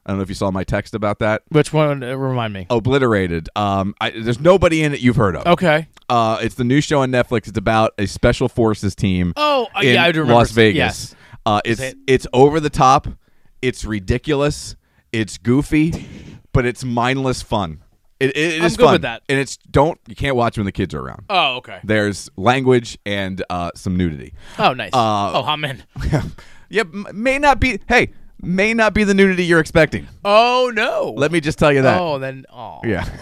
Speaker 1: I don't know if you saw my text about that.
Speaker 2: Which one? Uh, remind me.
Speaker 1: Obliterated. Um, I, there's nobody in it you've heard of.
Speaker 2: Okay.
Speaker 1: Uh, it's the new show on Netflix. It's about a special forces team.
Speaker 2: Oh, uh,
Speaker 1: in
Speaker 2: yeah, I do remember.
Speaker 1: Las Vegas.
Speaker 2: Yes.
Speaker 1: Uh, it's
Speaker 2: Is it-
Speaker 1: it's over the top. It's ridiculous. It's goofy, but it's mindless fun. It, it, it
Speaker 2: I'm
Speaker 1: is
Speaker 2: good with
Speaker 1: fun.
Speaker 2: that.
Speaker 1: And it's don't you can't watch when the kids are around.
Speaker 2: Oh, okay.
Speaker 1: There's language and uh, some nudity.
Speaker 2: Oh, nice.
Speaker 1: Uh,
Speaker 2: oh, I'm in.
Speaker 1: yeah, m- may not be. Hey, may not be the nudity you're expecting.
Speaker 2: Oh no.
Speaker 1: Let me just tell you that.
Speaker 2: Oh, then. Oh.
Speaker 1: Yeah.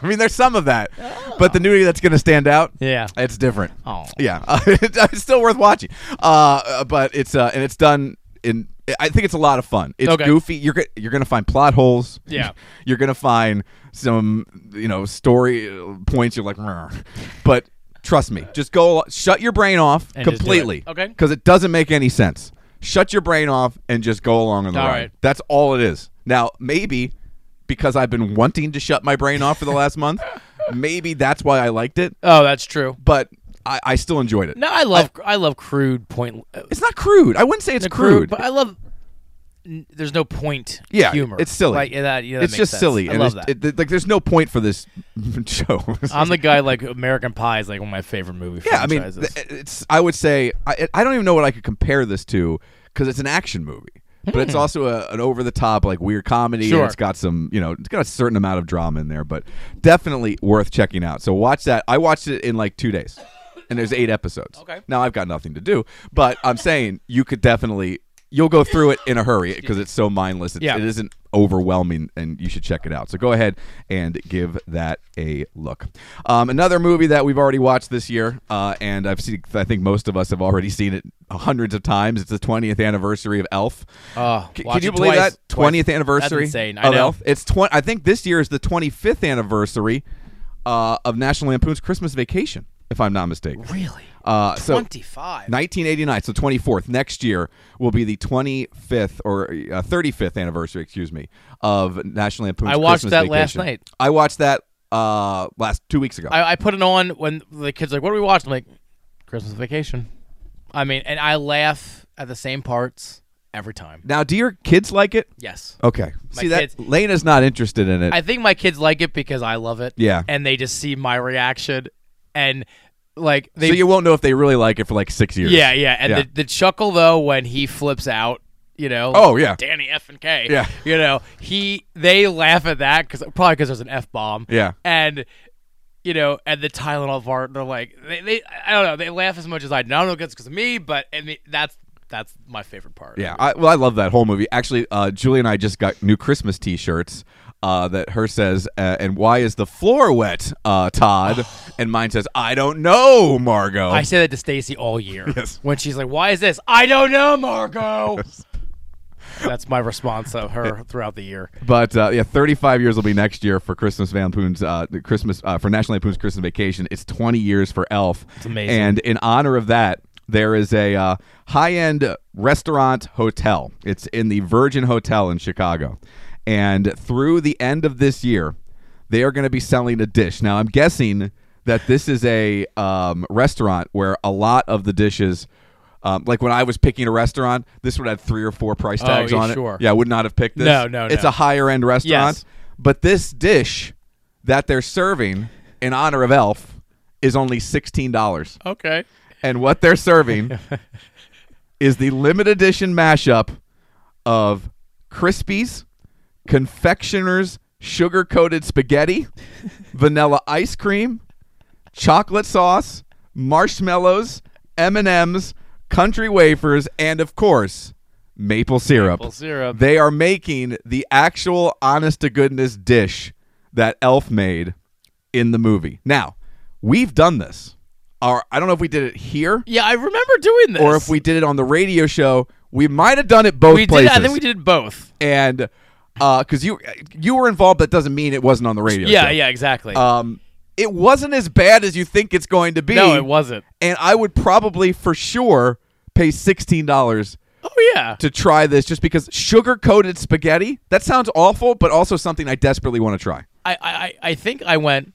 Speaker 1: I mean, there's some of that, but the nudity that's going to stand out,
Speaker 2: Yeah.
Speaker 1: it's different.
Speaker 2: Oh.
Speaker 1: Yeah, Uh, it's still worth watching. Uh, Uh, but it's uh, and it's done in. I think it's a lot of fun. It's
Speaker 2: Okay.
Speaker 1: goofy. You're go- you're gonna find plot holes.
Speaker 2: Yeah.
Speaker 1: you're gonna find some you know story uh, points. You're like, "Meh." but trust me, just go shut your brain off
Speaker 2: And just do it.
Speaker 1: completely.
Speaker 2: Okay.
Speaker 1: because it doesn't make any sense. Shut your brain off and just go along on the
Speaker 2: All
Speaker 1: ride.
Speaker 2: right.
Speaker 1: That's all it is. Now maybe because I've been wanting to shut my brain off for the last month, maybe that's why I liked it.
Speaker 2: Oh, that's true.
Speaker 1: But I, I still enjoyed it.
Speaker 2: No, I love I, love crude point. uh,
Speaker 1: It's not crude. I wouldn't say it's
Speaker 2: the
Speaker 1: crude.
Speaker 2: but I love. n- There's no point.
Speaker 1: yeah,
Speaker 2: humor.
Speaker 1: it's silly.
Speaker 2: Like yeah, that. Yeah, that
Speaker 1: it's
Speaker 2: makes
Speaker 1: just
Speaker 2: sense.
Speaker 1: silly.
Speaker 2: I
Speaker 1: and
Speaker 2: love
Speaker 1: it's-
Speaker 2: that.
Speaker 1: it- th- like, there's no point for this show.
Speaker 2: I'm the guy like American Pie is like one of my favorite movie
Speaker 1: yeah, I mean, eh,
Speaker 2: franchises.
Speaker 1: th- uh, it's. I would say I, I don't even know what I could compare this to because it's an action movie, but it's also a, an over the top like weird comedy. and
Speaker 2: Hmm. Sure.
Speaker 1: it's got some, you know, it's got a certain amount of drama in there, but definitely worth checking out. So watch that. I watched it in like two days, and there's eight episodes.
Speaker 2: Okay.
Speaker 1: Now I've got nothing to do, but I'm saying you could definitely. You'll go through it in a hurry because it's so mindless. It's,
Speaker 2: Yeah.
Speaker 1: It isn't overwhelming, and you should check it out. So go ahead and give that a look. Um, another movie that we've already watched this year, uh, and I've seen. I think most of us have already seen it hundreds of times. It's the 20th anniversary of Elf.
Speaker 2: Oh,
Speaker 1: C- can
Speaker 2: watch
Speaker 1: you
Speaker 2: it
Speaker 1: believe
Speaker 2: twice,
Speaker 1: that
Speaker 2: twice.
Speaker 1: 20th anniversary
Speaker 2: That's insane. I
Speaker 1: of
Speaker 2: know.
Speaker 1: Elf? It's twen- I think this year is the 25th anniversary uh, of National Lampoon's Christmas Vacation, if I'm not mistaken.
Speaker 2: really?
Speaker 1: Uh, so
Speaker 2: 25.
Speaker 1: 1989, so 24th next year will be the 25th or uh, 35th anniversary, excuse me, of National Lampoon's.
Speaker 2: I watched
Speaker 1: Christmas
Speaker 2: that last
Speaker 1: Vacation.
Speaker 2: night.
Speaker 1: I watched that uh, last two weeks ago.
Speaker 2: I, I put it on when the kids like, "What are we watching?" I'm like, "Christmas Vacation." I mean, and I laugh at the same parts every time.
Speaker 1: now, do your kids like it?
Speaker 2: Yes.
Speaker 1: Okay,
Speaker 2: My
Speaker 1: see that
Speaker 2: kids-
Speaker 1: Lena's not interested in it.
Speaker 2: I think my kids like it because I love it.
Speaker 1: Yeah.
Speaker 2: And they just see my reaction and like they
Speaker 1: so you won't know if they really like it for like six years.
Speaker 2: Yeah, yeah. And
Speaker 1: Yeah.
Speaker 2: The, the chuckle though when he flips out, you know.
Speaker 1: Oh, yeah.
Speaker 2: Danny F and K.
Speaker 1: Yeah.
Speaker 2: You know, he they laugh at that cuz probably cuz there's an F bomb.
Speaker 1: Yeah.
Speaker 2: And you know, and the Tylenol part, they're like they, they I don't know, they laugh as much as I do. I don't know if it's cuz of me, but I mean that's That's my favorite part.
Speaker 1: Yeah, I, well, I love that whole movie. Actually, uh, Julie and I just got new Christmas T-shirts uh, that her says, uh, "And why is the floor wet, uh, Todd?" and mine says, "I don't know, Margot."
Speaker 2: I say that to Stacy all year.
Speaker 1: Yes.
Speaker 2: When she's like, "Why is this?" I don't know, Margot. That's my response to her throughout the year.
Speaker 1: but uh, yeah, 35 years will be next year for Christmas Vampoon's uh, the Christmas uh, for National Lampoon's Christmas Vacation. It's 20 years for Elf. It's
Speaker 2: amazing.
Speaker 1: And in honor of that, there is a uh, high-end restaurant hotel. It's in the Virgin Hotel in Chicago, and through the end of this year, they are going to be selling a dish. Now, I'm guessing that this is a um, restaurant where a lot of the dishes. Um, like when I was picking a restaurant, this would have three or four price tags
Speaker 2: Oh, yeah,
Speaker 1: on it.
Speaker 2: sure.
Speaker 1: Yeah, I would not have picked this.
Speaker 2: No, no,
Speaker 1: It's
Speaker 2: no.
Speaker 1: a higher end restaurant.
Speaker 2: Yes.
Speaker 1: But this dish that they're serving in honor of Elf is only sixteen dollars,
Speaker 2: Okay.
Speaker 1: and what they're serving is the limited edition mashup of Krispies, confectioner's sugar coated spaghetti, vanilla ice cream, chocolate sauce, marshmallows, M and M's, country wafers, and of course. Maple syrup.
Speaker 2: Maple syrup.
Speaker 1: They are making the actual honest to goodness dish that Elf made in the movie. Now, we've done this. Our, I don't know if we did it here
Speaker 2: Yeah, I remember doing this.
Speaker 1: or if we did it on the radio show. We might have done it both
Speaker 2: we did.
Speaker 1: places.
Speaker 2: I think we did both.
Speaker 1: And because you you were involved, that doesn't mean it wasn't on the radio.
Speaker 2: Yeah.
Speaker 1: show.
Speaker 2: Yeah. Exactly.
Speaker 1: Um, it wasn't as bad as you think it's going to be.
Speaker 2: no, it wasn't.
Speaker 1: And I would probably for sure pay sixteen dollars
Speaker 2: Oh yeah.
Speaker 1: to try this just because sugar coated spaghetti that sounds awful but also something i desperately want to try
Speaker 2: I, I, I- I think I went.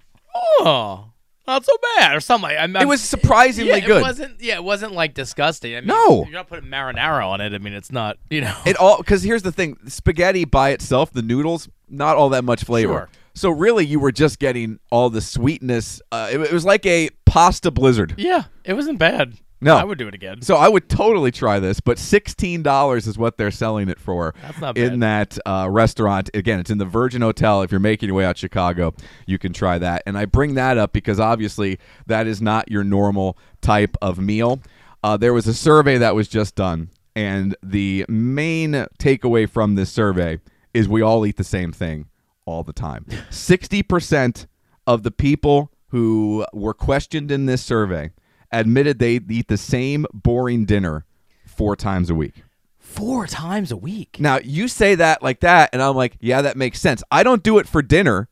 Speaker 2: Oh, not so bad, or something. Like, I'm,
Speaker 1: it was surprisingly
Speaker 2: yeah, It
Speaker 1: good
Speaker 2: wasn't. Yeah, it wasn't like disgusting. I mean,
Speaker 1: No.
Speaker 2: you're not putting marinara on it. I mean, it's not. You know.
Speaker 1: it all because here's the thing spaghetti by itself the noodles not all that much flavor
Speaker 2: Sure.
Speaker 1: so really you were just getting all the sweetness uh, it, it was like a pasta blizzard
Speaker 2: yeah, it wasn't bad.
Speaker 1: No.
Speaker 2: I would do it again.
Speaker 1: So I would totally try this, but sixteen dollars is what they're selling it for.
Speaker 2: That's not
Speaker 1: in that uh, restaurant. Again, it's in the Virgin Hotel. If you're making your way out to Chicago, you can try that. And I bring that up because obviously that is not your normal type of meal. Uh, there was a survey that was just done, and the main takeaway from this survey is we all eat the same thing all the time. Sixty percent of the people who were questioned in this survey admitted they eat the same boring dinner four times a week.
Speaker 2: Four times a week.
Speaker 1: Now, you say that like that, and I'm like, yeah, that makes sense. I don't do it for dinner,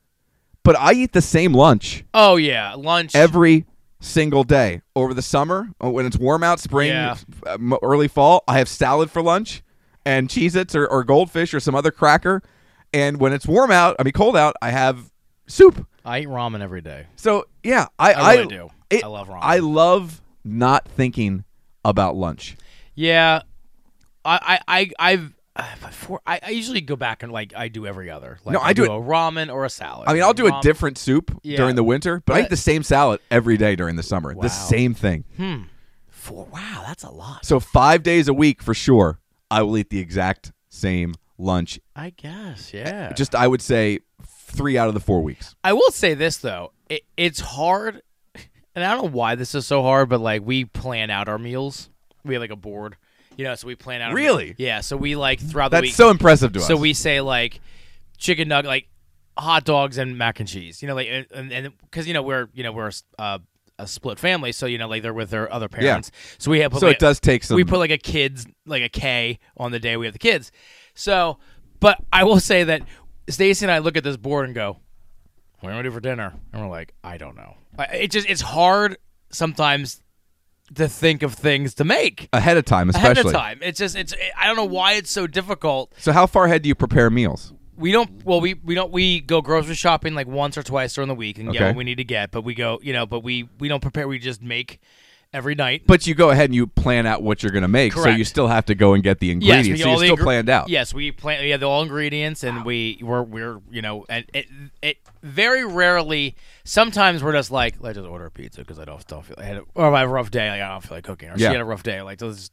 Speaker 1: but I eat the same lunch
Speaker 2: Oh yeah, lunch.
Speaker 1: every single day over the summer uh, when it's warm out, spring,
Speaker 2: Yeah.
Speaker 1: f- uh, m- early fall. I have salad for lunch and Cheez Its or, or goldfish or some other cracker. And when it's warm out, I mean, cold out, I have soup.
Speaker 2: I eat ramen every day.
Speaker 1: So yeah, I
Speaker 2: I really do.
Speaker 1: it-
Speaker 2: I love ramen.
Speaker 1: I love not thinking about lunch.
Speaker 2: Yeah, I I I I've. uh, Before, I, I usually go back and like I do every other. Like,
Speaker 1: No, I do it-
Speaker 2: a ramen or a salad.
Speaker 1: I mean, I'll do a
Speaker 2: Ramen-
Speaker 1: different soup
Speaker 2: Yeah.
Speaker 1: during the winter, but I eat
Speaker 2: But-
Speaker 1: the same salad every day during the summer.
Speaker 2: Wow.
Speaker 1: The same thing.
Speaker 2: Four. Wow, that's a lot.
Speaker 1: So five days a week for sure, I will eat the exact same lunch.
Speaker 2: I guess. Yeah.
Speaker 1: Eh, Just I would say three out of the four weeks.
Speaker 2: I will say this though, it, it's hard, and I don't know why this is so hard, but like we plan out our meals. We have like a board, you know, so we plan out. our
Speaker 1: Really?
Speaker 2: meals. yeah. So we like throughout the
Speaker 1: That's
Speaker 2: week.
Speaker 1: so impressive to us.
Speaker 2: so we say like chicken nugget, like hot dogs and mac and cheese. You know, like and and because you know we're you know we're a s- uh, a split family, so you know like they're with their other parents. So we have put
Speaker 1: so
Speaker 2: like,
Speaker 1: it does take some.
Speaker 2: we put like a kids like a K on the day we have the kids. So, but I will say that Stacy and I look at this board and go, "What am I gonna do for dinner?" And we're like, "I don't know." I- It just it's hard sometimes to think of things to make
Speaker 1: ahead of time, especially.
Speaker 2: ahead of time. It's just it's I don't know why it's so difficult.
Speaker 1: So how far ahead do you prepare meals?
Speaker 2: We don't well we we don't we go grocery shopping like once or twice during the week and
Speaker 1: Okay.
Speaker 2: get what we need to get, but we go you know but we we don't prepare. We just make every night.
Speaker 1: But you go ahead and you plan out what you're going to make, so
Speaker 2: Correct.
Speaker 1: you still have to go and get the ingredients.
Speaker 2: Yes, we
Speaker 1: so
Speaker 2: all
Speaker 1: you're
Speaker 2: the
Speaker 1: still
Speaker 2: ingre-
Speaker 1: planned out.
Speaker 2: Yes, we plan. Yeah, the all ingredients, and we we're we're you know, and it it very rarely. Sometimes we're just like, let's just order a pizza because I don't, don't feel. I had a, or I have a rough day. Like I don't feel like cooking. Or she
Speaker 1: Yeah.
Speaker 2: had a rough day. Like those.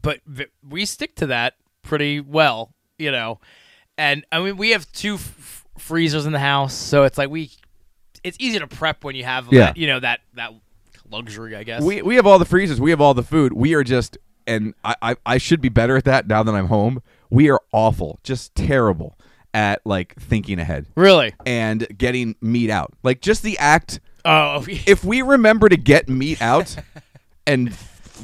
Speaker 2: But v- we stick to that pretty well, you know. And I mean, we have two f- freezers in the house, so it's like we. It's easy to prep when you have,
Speaker 1: Yeah.
Speaker 2: that, you know, that that luxury, I guess.
Speaker 1: We we have all the freezers. We have all the food. We are just and I, I I should be better at that now that I'm home. We are awful, just terrible at like thinking ahead
Speaker 2: Really?
Speaker 1: and getting meat out. Like just the act.
Speaker 2: Oh,
Speaker 1: If we remember to get meat out and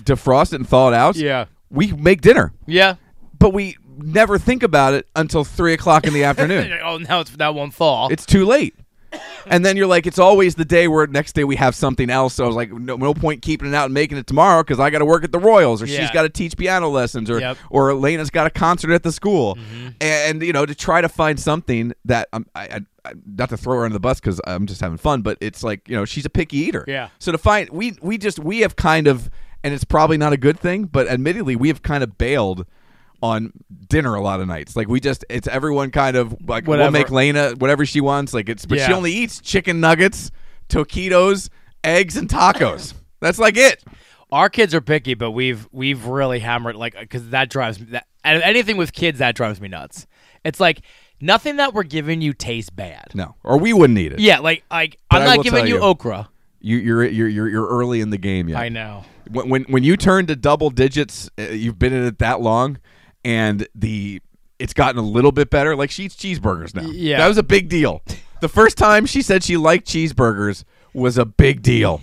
Speaker 1: defrost it and thaw it out,
Speaker 2: Yeah.
Speaker 1: we make dinner.
Speaker 2: yeah.
Speaker 1: But we never think about it until three o'clock in the afternoon.
Speaker 2: Oh, now it's that one fall.
Speaker 1: It's too late. And then you're like, it's always the day where next day we have something else. So I was like, no, no point keeping it out and making it tomorrow because I got to work at the Royals or she's
Speaker 2: Yeah.
Speaker 1: got to teach piano lessons or
Speaker 2: Yep. Mm-hmm.
Speaker 1: or Elena's got a concert at the school. And, you know, to try to find something that um, I, I, I, not to throw her under the bus because I'm just having fun, but it's like, you know, she's a picky eater.
Speaker 2: Yeah.
Speaker 1: So to find, we, we just, we have kind of, and it's probably not a good thing, but admittedly, we have kind of bailed on dinner a lot of nights. Like we just, it's everyone kind of like, we'll
Speaker 2: Whatever.
Speaker 1: make Lena whatever she wants. Like it's, but she
Speaker 2: Yeah.
Speaker 1: only eats chicken nuggets, taquitos, eggs, and tacos. That's like it.
Speaker 2: Our kids are picky, but we've we've really hammered like because that drives me. That, and anything with kids that drives me nuts. It's like nothing that we're giving you tastes bad.
Speaker 1: No, or we wouldn't eat it.
Speaker 2: Yeah, like like
Speaker 1: I
Speaker 2: I'm
Speaker 1: will
Speaker 2: not giving
Speaker 1: tell
Speaker 2: you,
Speaker 1: you.
Speaker 2: okra.
Speaker 1: You, you're you're you're you're early in the game yet.
Speaker 2: I know.
Speaker 1: When when, when you turn to double digits, uh, you've been in it that long, and the it's gotten a little bit better. Like she eats cheeseburgers now.
Speaker 2: Yeah.
Speaker 1: that was a big deal. The first time she said she liked cheeseburgers was a big deal.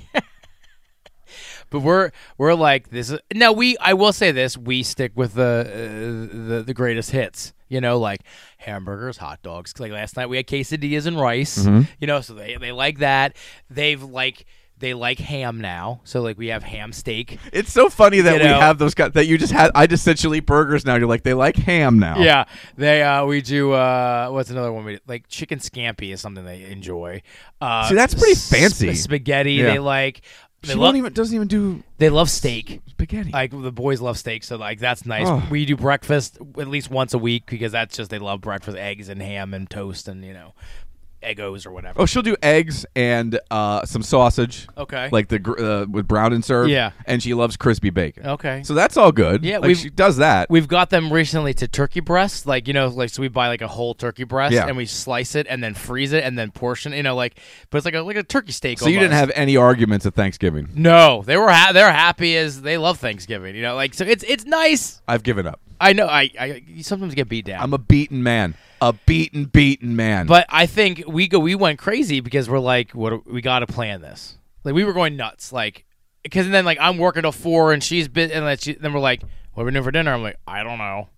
Speaker 2: But we're we're like this. Is, now we I will say this: we stick with the uh, the the greatest hits. You know, like hamburgers, hot dogs. 'Cause, Like last night we had quesadillas and rice.
Speaker 1: Mm-hmm.
Speaker 2: You know, so they they like that. They've like they like ham now. So like we have ham steak.
Speaker 1: It's so funny that
Speaker 2: You
Speaker 1: we
Speaker 2: know?
Speaker 1: have those guys that you just had. I just said she'll eat burgers now. You're like they like ham now.
Speaker 2: Yeah, they uh we do uh what's another one we do? like chicken scampi is something they enjoy. Uh,
Speaker 1: See, that's pretty
Speaker 2: sp-
Speaker 1: fancy.
Speaker 2: spaghetti
Speaker 1: Yeah.
Speaker 2: they like.
Speaker 1: She
Speaker 2: They love
Speaker 1: won't even doesn't even do
Speaker 2: they love steak.
Speaker 1: spaghetti.
Speaker 2: like the boys love steak, so like that's nice.
Speaker 1: Oh.
Speaker 2: We do breakfast at least once a week because that's just they love breakfast, eggs and ham and toast and you know, egos or whatever.
Speaker 1: oh, she'll do eggs and uh, some sausage.
Speaker 2: Okay.
Speaker 1: Like the gr- uh, with brown and serve.
Speaker 2: Yeah.
Speaker 1: And she loves crispy bacon.
Speaker 2: Okay.
Speaker 1: Oh. So that's all good.
Speaker 2: Yeah,
Speaker 1: Like
Speaker 2: we've-
Speaker 1: she does that.
Speaker 2: We've got them recently to turkey breast, like you know, like so we buy like a whole turkey breast
Speaker 1: Yeah.
Speaker 2: and we slice it and then freeze it and then portion, you know, like but it's like a like a turkey steak.
Speaker 1: so you didn't
Speaker 2: almost.
Speaker 1: have any arguments at Thanksgiving.
Speaker 2: no, they were ha- they're happy as they love Thanksgiving, you know, like so it's it's nice.
Speaker 1: I've given up.
Speaker 2: I know I I you sometimes get beat down.
Speaker 1: I'm a beaten man. A beaten, beaten man.
Speaker 2: But I think we go we went crazy because we're like, what we got to plan this. Like we were going nuts, like because then like I'm working till four and she's bit and then, she, then we're like, what are we doing for dinner? I'm like, I don't know.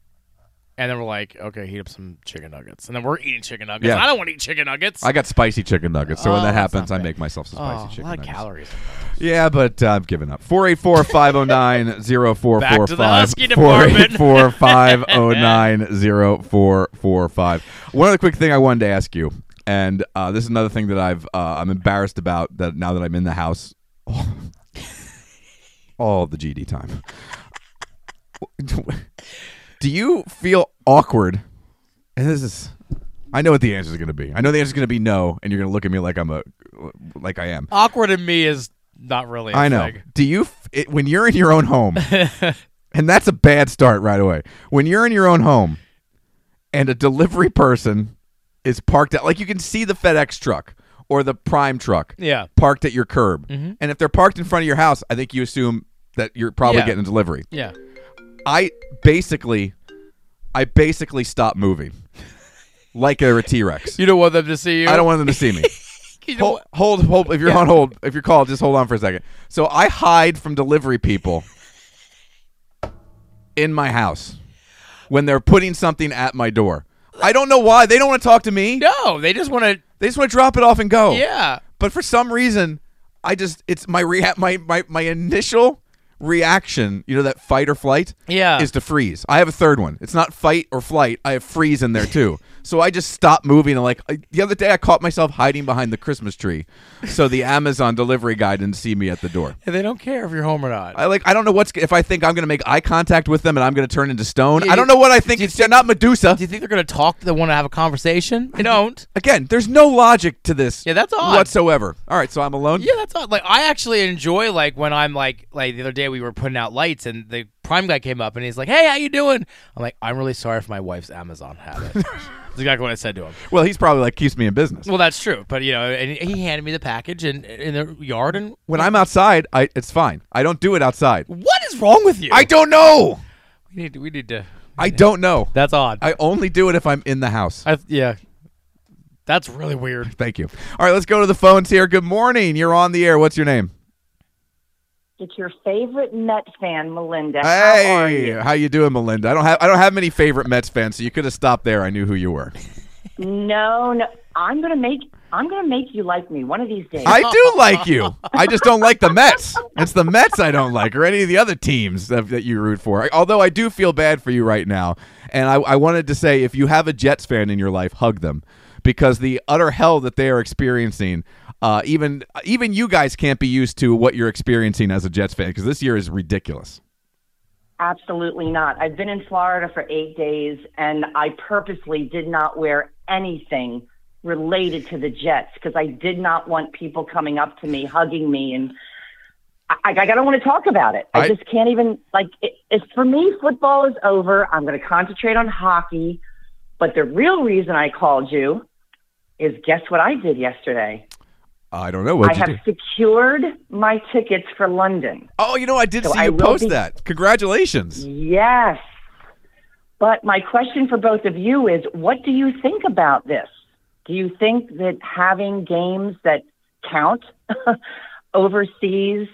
Speaker 2: And then we're like, okay, heat up some chicken nuggets, and then we're eating chicken nuggets.
Speaker 1: Yeah.
Speaker 2: I don't want to eat chicken nuggets.
Speaker 1: I got spicy chicken nuggets. So when
Speaker 2: Oh,
Speaker 1: that
Speaker 2: that's
Speaker 1: happens,
Speaker 2: not
Speaker 1: I
Speaker 2: bad.
Speaker 1: make myself some
Speaker 2: oh,
Speaker 1: spicy chicken
Speaker 2: a lot of
Speaker 1: nuggets.
Speaker 2: calories.
Speaker 1: Yeah, but uh, I've given up. 484 509
Speaker 2: Back to the
Speaker 1: 0445.
Speaker 2: Husky department.
Speaker 1: 0445. One other quick thing I wanted to ask you, and uh, this is another thing that I've, uh, I'm embarrassed about that now that I'm in the house all the GD time. Do you feel awkward? And this is, I know what the answer is going to be. I know the answer is going to be no, and you're going to look at me like I'm a, like I am.
Speaker 2: Awkward in me is not really. a
Speaker 1: I know.
Speaker 2: thing.
Speaker 1: Do you f- it, when you're in your own home? and that's a bad start right away. When you're in your own home and a delivery person is parked out like you can see the FedEx truck or the Prime truck
Speaker 2: Yeah. Mm-hmm.
Speaker 1: parked at your curb. And if they're parked in front of your house, I think you assume that you're probably
Speaker 2: Yeah.
Speaker 1: getting a delivery.
Speaker 2: Yeah.
Speaker 1: I basically I basically stop moving. Like they're a T-Rex.
Speaker 2: You don't want them to see you.
Speaker 1: I don't want them to see me.
Speaker 2: You don't
Speaker 1: Hold, hold,
Speaker 2: want-
Speaker 1: hold. If you're on hold, if you're called, just hold on for a second. So I hide from delivery people in my house when they're putting something at my door. I don't know why. They don't want to talk to me.
Speaker 2: no, they just want to.
Speaker 1: They just want to drop it off and go.
Speaker 2: Yeah.
Speaker 1: But for some reason, I just it's my rea- my, my my initial reaction, you know that fight or flight
Speaker 2: Yeah.
Speaker 1: is to freeze. I have a third one. It's not fight or flight. I have freeze in there too. so I just stop moving and like I, the other day I caught myself hiding behind the Christmas tree so the Amazon delivery guy didn't see me at the door.
Speaker 2: And they don't care if you're home or not.
Speaker 1: I like I don't know what's if I think I'm going to make eye contact with them and I'm going to turn into stone.
Speaker 2: Yeah,
Speaker 1: I don't
Speaker 2: you-
Speaker 1: know what I think. It's not Medusa.
Speaker 2: Do you think they're gonna talk? Do they want to have a conversation? They don't.
Speaker 1: Again, there's no logic to this.
Speaker 2: Yeah, that's odd.
Speaker 1: Whatsoever. All right, so I'm alone.
Speaker 2: Yeah, that's odd. Like I actually enjoy like when I'm like like the other day we were putting out lights and the prime guy came up and he's like, "Hey, how you doing?" I'm like, "I'm really sorry for my wife's Amazon habit." That's exactly what I said to him.
Speaker 1: Well, he's probably like keeps me in business.
Speaker 2: Well, that's true, but you know, and he handed me the package in in the yard, and
Speaker 1: When I'm outside, I it's fine. I don't do it outside.
Speaker 2: what is wrong with you?
Speaker 1: I don't know.
Speaker 2: we need to, we need to.
Speaker 1: I don't know.
Speaker 2: That's odd.
Speaker 1: I only do it if I'm in the house.
Speaker 2: I, yeah, that's really weird.
Speaker 1: Thank you. All right, let's go to the phones here. Good morning. You're on the air. What's your name?
Speaker 3: It's your favorite Met fan, Melinda. How are
Speaker 1: Hey,
Speaker 3: you?
Speaker 1: how you doing, Melinda? I don't have I don't have many favorite Mets fans, so you could have stopped there. I knew who you were.
Speaker 3: No, no. I'm gonna make I'm gonna make you like me one of these days.
Speaker 1: I do like you. I just don't like the Mets. It's the Mets I don't like, or any of the other teams that, that you root for. I- although I do feel bad for you right now, and I, I wanted to say, if you have a Jets fan in your life, hug them because the utter hell that they are experiencing. Uh, even even you guys can't be used to what you're experiencing as a Jets fan because this year is ridiculous.
Speaker 3: Absolutely not. I've been in Florida for eight days, and I purposely did not wear anything related to the Jets because I did not want people coming up to me, hugging me, and I, I, I don't want to talk about it. I,
Speaker 1: I-
Speaker 3: just can't even like. It, it's for me. Football is over. I'm going to concentrate on hockey. But the real reason I called you is guess what I did yesterday?
Speaker 1: I don't know what
Speaker 3: I have secured my tickets for London.
Speaker 1: Oh, you know, I did
Speaker 3: So
Speaker 1: see
Speaker 3: I
Speaker 1: you
Speaker 3: will
Speaker 1: post
Speaker 3: be-
Speaker 1: that. Congratulations.
Speaker 3: Yes. But my question for both of you is what do you think about this? Do you think that having games that count overseas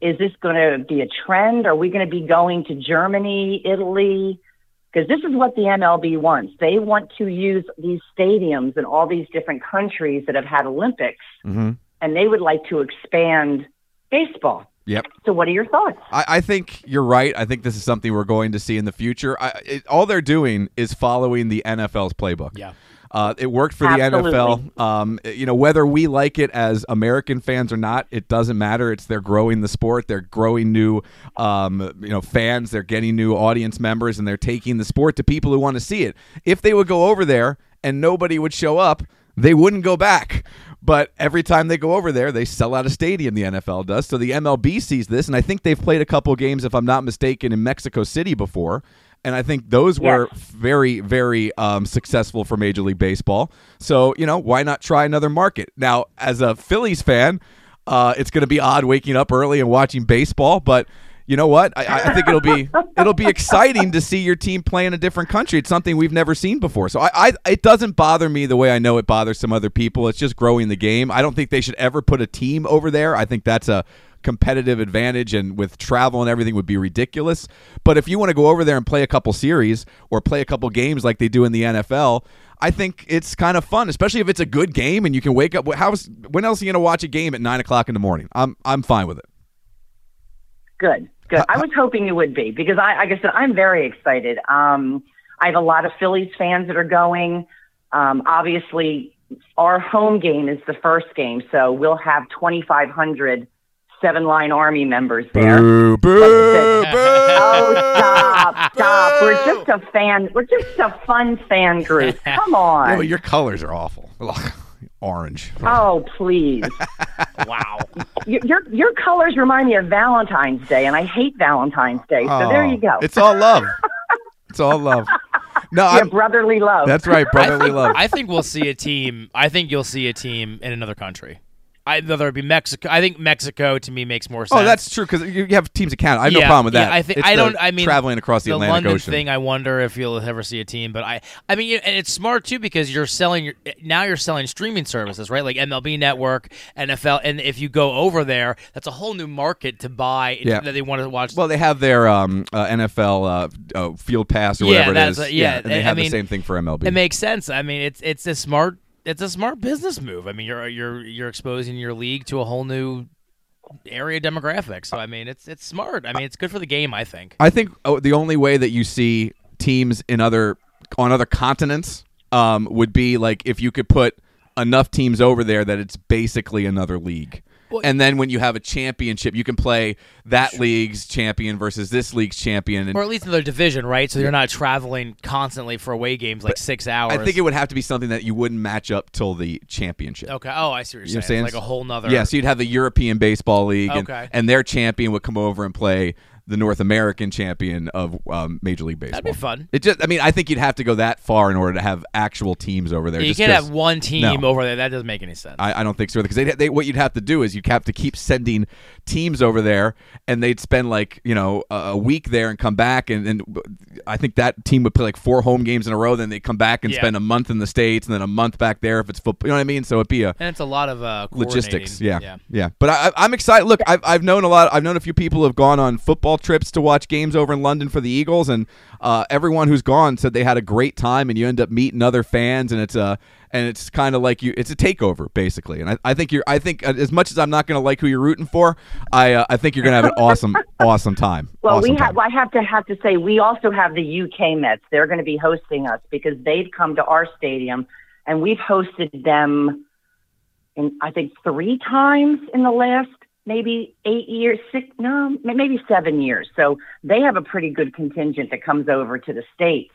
Speaker 3: is this going to be a trend? Are we going to be going to Germany, Italy? Because this is what the MLB wants. They want to use these stadiums in all these different countries that have had Olympics,
Speaker 1: Mm-hmm.
Speaker 3: and they would like to expand baseball.
Speaker 1: Yep.
Speaker 3: So, what are your thoughts?
Speaker 1: I, I think you're right. I think this is something we're going to see in the future. I, it, all they're doing is following the NFL's playbook.
Speaker 2: Yeah.
Speaker 1: Uh, it worked for
Speaker 3: Absolutely.
Speaker 1: the NFL. Um, you know, whether we like it as American fans or not, it doesn't matter. It's they're growing the sport. They're growing new, um, you know, fans. They're getting new audience members, and they're taking the sport to people who want to see it. If they would go over there and nobody would show up, they wouldn't go back. But every time they go over there, they sell out a stadium. The NFL does. So the MLB sees this, and I think they've played a couple games, if I'm not mistaken, in Mexico City before. And I think those
Speaker 3: Yes.
Speaker 1: were very, very um, successful for Major League Baseball. So, you know, why not try another market? Now, as a Phillies fan, uh, it's going to be odd waking up early and watching baseball, but you know what? I, I think it'll be it'll be exciting to see your team play in a different country. It's something we've never seen before. So I, I it doesn't bother me the way I know it bothers some other people. It's just growing the game. I don't think they should ever put a team over there. I think that's a competitive advantage and with travel and everything would be ridiculous. But if you want to go over there and play a couple series or play a couple games like they do in the NFL, I think it's kind of fun, especially if it's a good game and you can wake up. How is, when else are you going to watch a game at nine o'clock in the morning? I'm I'm fine with it.
Speaker 3: Good, good. I was hoping you would be because I, like I said, I'm very excited. Um, I have a lot of Phillies fans that are going. Um, obviously, our home game is the first game, so we'll have 2,500 Seven Line Army members there.
Speaker 1: Boo, boo, boo.
Speaker 3: Oh, stop, stop. We're just a fan. We're just a fun fan group. Come
Speaker 1: Oh,
Speaker 3: on.
Speaker 1: your colors are awful. Ugh, Orange.
Speaker 3: Oh, please.
Speaker 2: Wow.
Speaker 3: Your, your, your colors remind me of Valentine's Day, and I hate Valentine's Day. So there you go.
Speaker 1: Oh, It's all love. It's all love. No,
Speaker 3: your
Speaker 1: I'm,
Speaker 3: brotherly love.
Speaker 1: that's right, brotherly love.
Speaker 2: I think we'll see a team. I think you'll see a team in another country. I, whether it be Mexico, I think Mexico to me makes more sense.
Speaker 1: Oh, that's true because you you have teams in Canada. I have no
Speaker 2: Yeah,
Speaker 1: problem with
Speaker 2: yeah,
Speaker 1: that.
Speaker 2: I think
Speaker 1: It's
Speaker 2: I
Speaker 1: the
Speaker 2: don't. I mean,
Speaker 1: traveling across the, Atlantic
Speaker 2: London
Speaker 1: Ocean.
Speaker 2: thing. I wonder if you'll ever see a team. But I, I mean, you- and it's smart too because you're selling your now you're selling streaming services, right? Like MLB Network, NFL, and if you go over there, that's a whole new market to buy
Speaker 1: Yeah.
Speaker 2: that they want to watch.
Speaker 1: Well, they have their um, uh, NFL uh, uh, field pass or
Speaker 2: Yeah,
Speaker 1: whatever it
Speaker 2: that's
Speaker 1: is.
Speaker 2: a- yeah,
Speaker 1: and they
Speaker 2: I
Speaker 1: have the
Speaker 2: mean,
Speaker 1: same thing for MLB.
Speaker 2: it makes sense. I mean, it's it's a smart it's a smart business move. I mean, you're you're you're exposing your league to a whole new area demographic. So I mean, it's it's smart. I mean, it's good for the game. I think.
Speaker 1: I think oh, the only way that you see teams in other on other continents um, would be like if you could put enough teams over there that it's basically another league. and then when you have a championship, you can play that league's champion versus this league's champion. And
Speaker 2: Or at least another division, right? So you're not traveling constantly for away games like six hours.
Speaker 1: I think it would have to be something that you wouldn't match up till the championship.
Speaker 2: Okay. Oh, I see what you're
Speaker 1: You know what I'm
Speaker 2: saying.
Speaker 1: saying?
Speaker 2: Like a whole nother.
Speaker 1: Yeah, so you'd have the European Baseball League, and,
Speaker 2: Okay.
Speaker 1: and their champion would come over and play the North American champion of um, Major League Baseball.
Speaker 2: That'd be fun.
Speaker 1: It just, I mean, I think you'd have to go that far in order to have actual teams over there.
Speaker 2: You
Speaker 1: just
Speaker 2: can't
Speaker 1: 'cause
Speaker 2: have one team
Speaker 1: No.
Speaker 2: over there. That doesn't make any sense.
Speaker 1: I, I don't think so because they, they what you'd have to do is you'd have to keep sending teams over there, and they'd spend like you know a, a week there and come back, and, and I think that team would play like four home games in a row, then they would come back and
Speaker 2: Yeah.
Speaker 1: spend a month in the states, and then a month back there if it's football. You know what I mean? So it'd be a
Speaker 2: and it's a lot of uh,
Speaker 1: logistics. Yeah,
Speaker 2: coordinating.
Speaker 1: yeah, But I, I- I'm excited. Look, I've, I've known a lot. I've known a few people who have gone on football trips to watch games over in London for the Eagles, and uh, everyone who's gone said they had a great time. And you end up meeting other fans, and it's a and it's kind of like you. It's a takeover basically. And I, I think you're. I think uh, as much as I'm not going to like who you're rooting for, I uh, I think you're going to have an awesome awesome time.
Speaker 3: Well,
Speaker 1: Awesome
Speaker 3: we have.
Speaker 1: time.
Speaker 3: I have to have to say we also have the UK Mets. They're going to be hosting us because they've come to our stadium, and we've hosted them, in I think three times in the last maybe eight years, six, no, ma- maybe seven years. So they have a pretty good contingent that comes over to the states.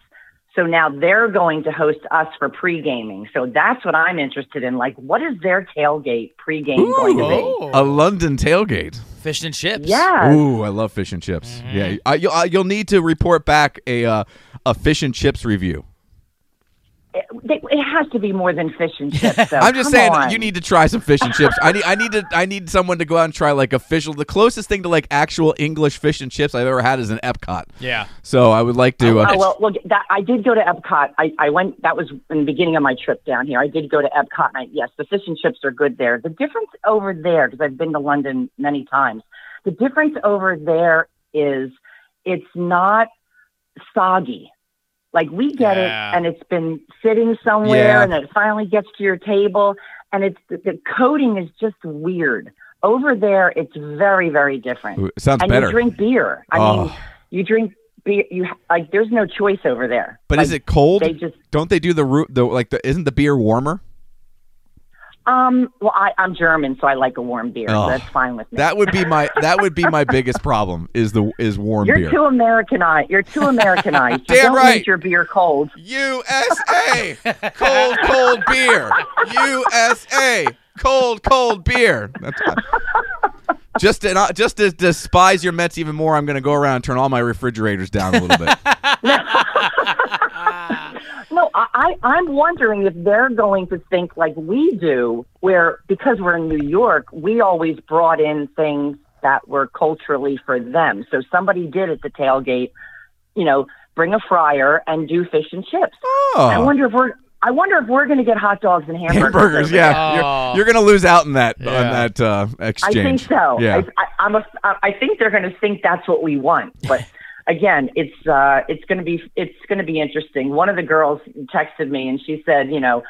Speaker 3: So now they're going to host us for pre-gaming. So that's what I'm interested in. Like, what is their tailgate pre-game going to be?
Speaker 2: Oh.
Speaker 1: a London tailgate.
Speaker 2: Fish and chips.
Speaker 3: Yeah.
Speaker 1: Ooh, I love fish and chips.
Speaker 2: Mm-hmm.
Speaker 1: Yeah, I, you'll, I, you'll need to report back a uh, a fish and chips review.
Speaker 3: it, they- it has to be more than fish and chips. Though.
Speaker 1: I'm just
Speaker 3: Come
Speaker 1: saying
Speaker 3: on.
Speaker 1: you need to try some fish and chips. I need I need to I need someone to go out and try like official the closest thing to like actual English fish and chips I've ever had is an Epcot.
Speaker 2: Yeah.
Speaker 1: So I would like to uh,
Speaker 3: Oh well, well that, I did go to Epcot. I, I went. That was in the beginning of my trip down here. I did go to Epcot. And I, yes, the fish and chips are good there. The difference over there, because I've been to London many times, the difference over there is it's not soggy. Like we get
Speaker 2: Yeah.
Speaker 3: it, and it's been sitting somewhere,
Speaker 1: Yeah.
Speaker 3: and it finally gets to your table, and it's the, the coating is just weird. Over there, it's very, very different
Speaker 1: Ooh, it sounds
Speaker 3: and
Speaker 1: better.
Speaker 3: you drink beer. I mean,
Speaker 1: Oh.
Speaker 3: you drink beer. You ha- like there's no choice over there.
Speaker 1: but is
Speaker 3: Like,
Speaker 1: it cold?
Speaker 3: They just
Speaker 1: Don't they do the root the like the isn't the beer warmer?
Speaker 3: um. Well, I, I'm German, so I like a warm beer.
Speaker 1: Oh.
Speaker 3: So that's fine with me.
Speaker 1: That would be my that would be my biggest problem is the is warm
Speaker 3: you're
Speaker 1: beer.
Speaker 3: too Americanized. You're too Americanized. you
Speaker 1: Damn
Speaker 3: don't
Speaker 1: right.
Speaker 3: need your beer cold.
Speaker 1: USA cold cold beer. USA cold cold beer. That's just to not- just to despise your Mets even more, I'm going to go around and turn all my refrigerators down a little bit.
Speaker 3: No, I, I I'm wondering if they're going to think like we do, where because we're in New York, we always brought in things that were culturally for them. So somebody did at the tailgate, you know, bring a fryer and do fish and chips. I
Speaker 1: Oh,
Speaker 3: wonder if we're. I wonder if we're going to get hot dogs and hamburgers.
Speaker 1: hamburgers.
Speaker 3: over
Speaker 1: Yeah,
Speaker 2: Oh.
Speaker 1: you're, you're going to lose out in that on
Speaker 2: Yeah.
Speaker 1: that uh,
Speaker 3: there. I think
Speaker 1: exchange.
Speaker 3: so.
Speaker 1: Yeah.
Speaker 3: I, I, I'm a, I I think they're going to think that's what we want. But again, it's uh, it's going to be it's going to be interesting. One of the girls texted me and she said, you know,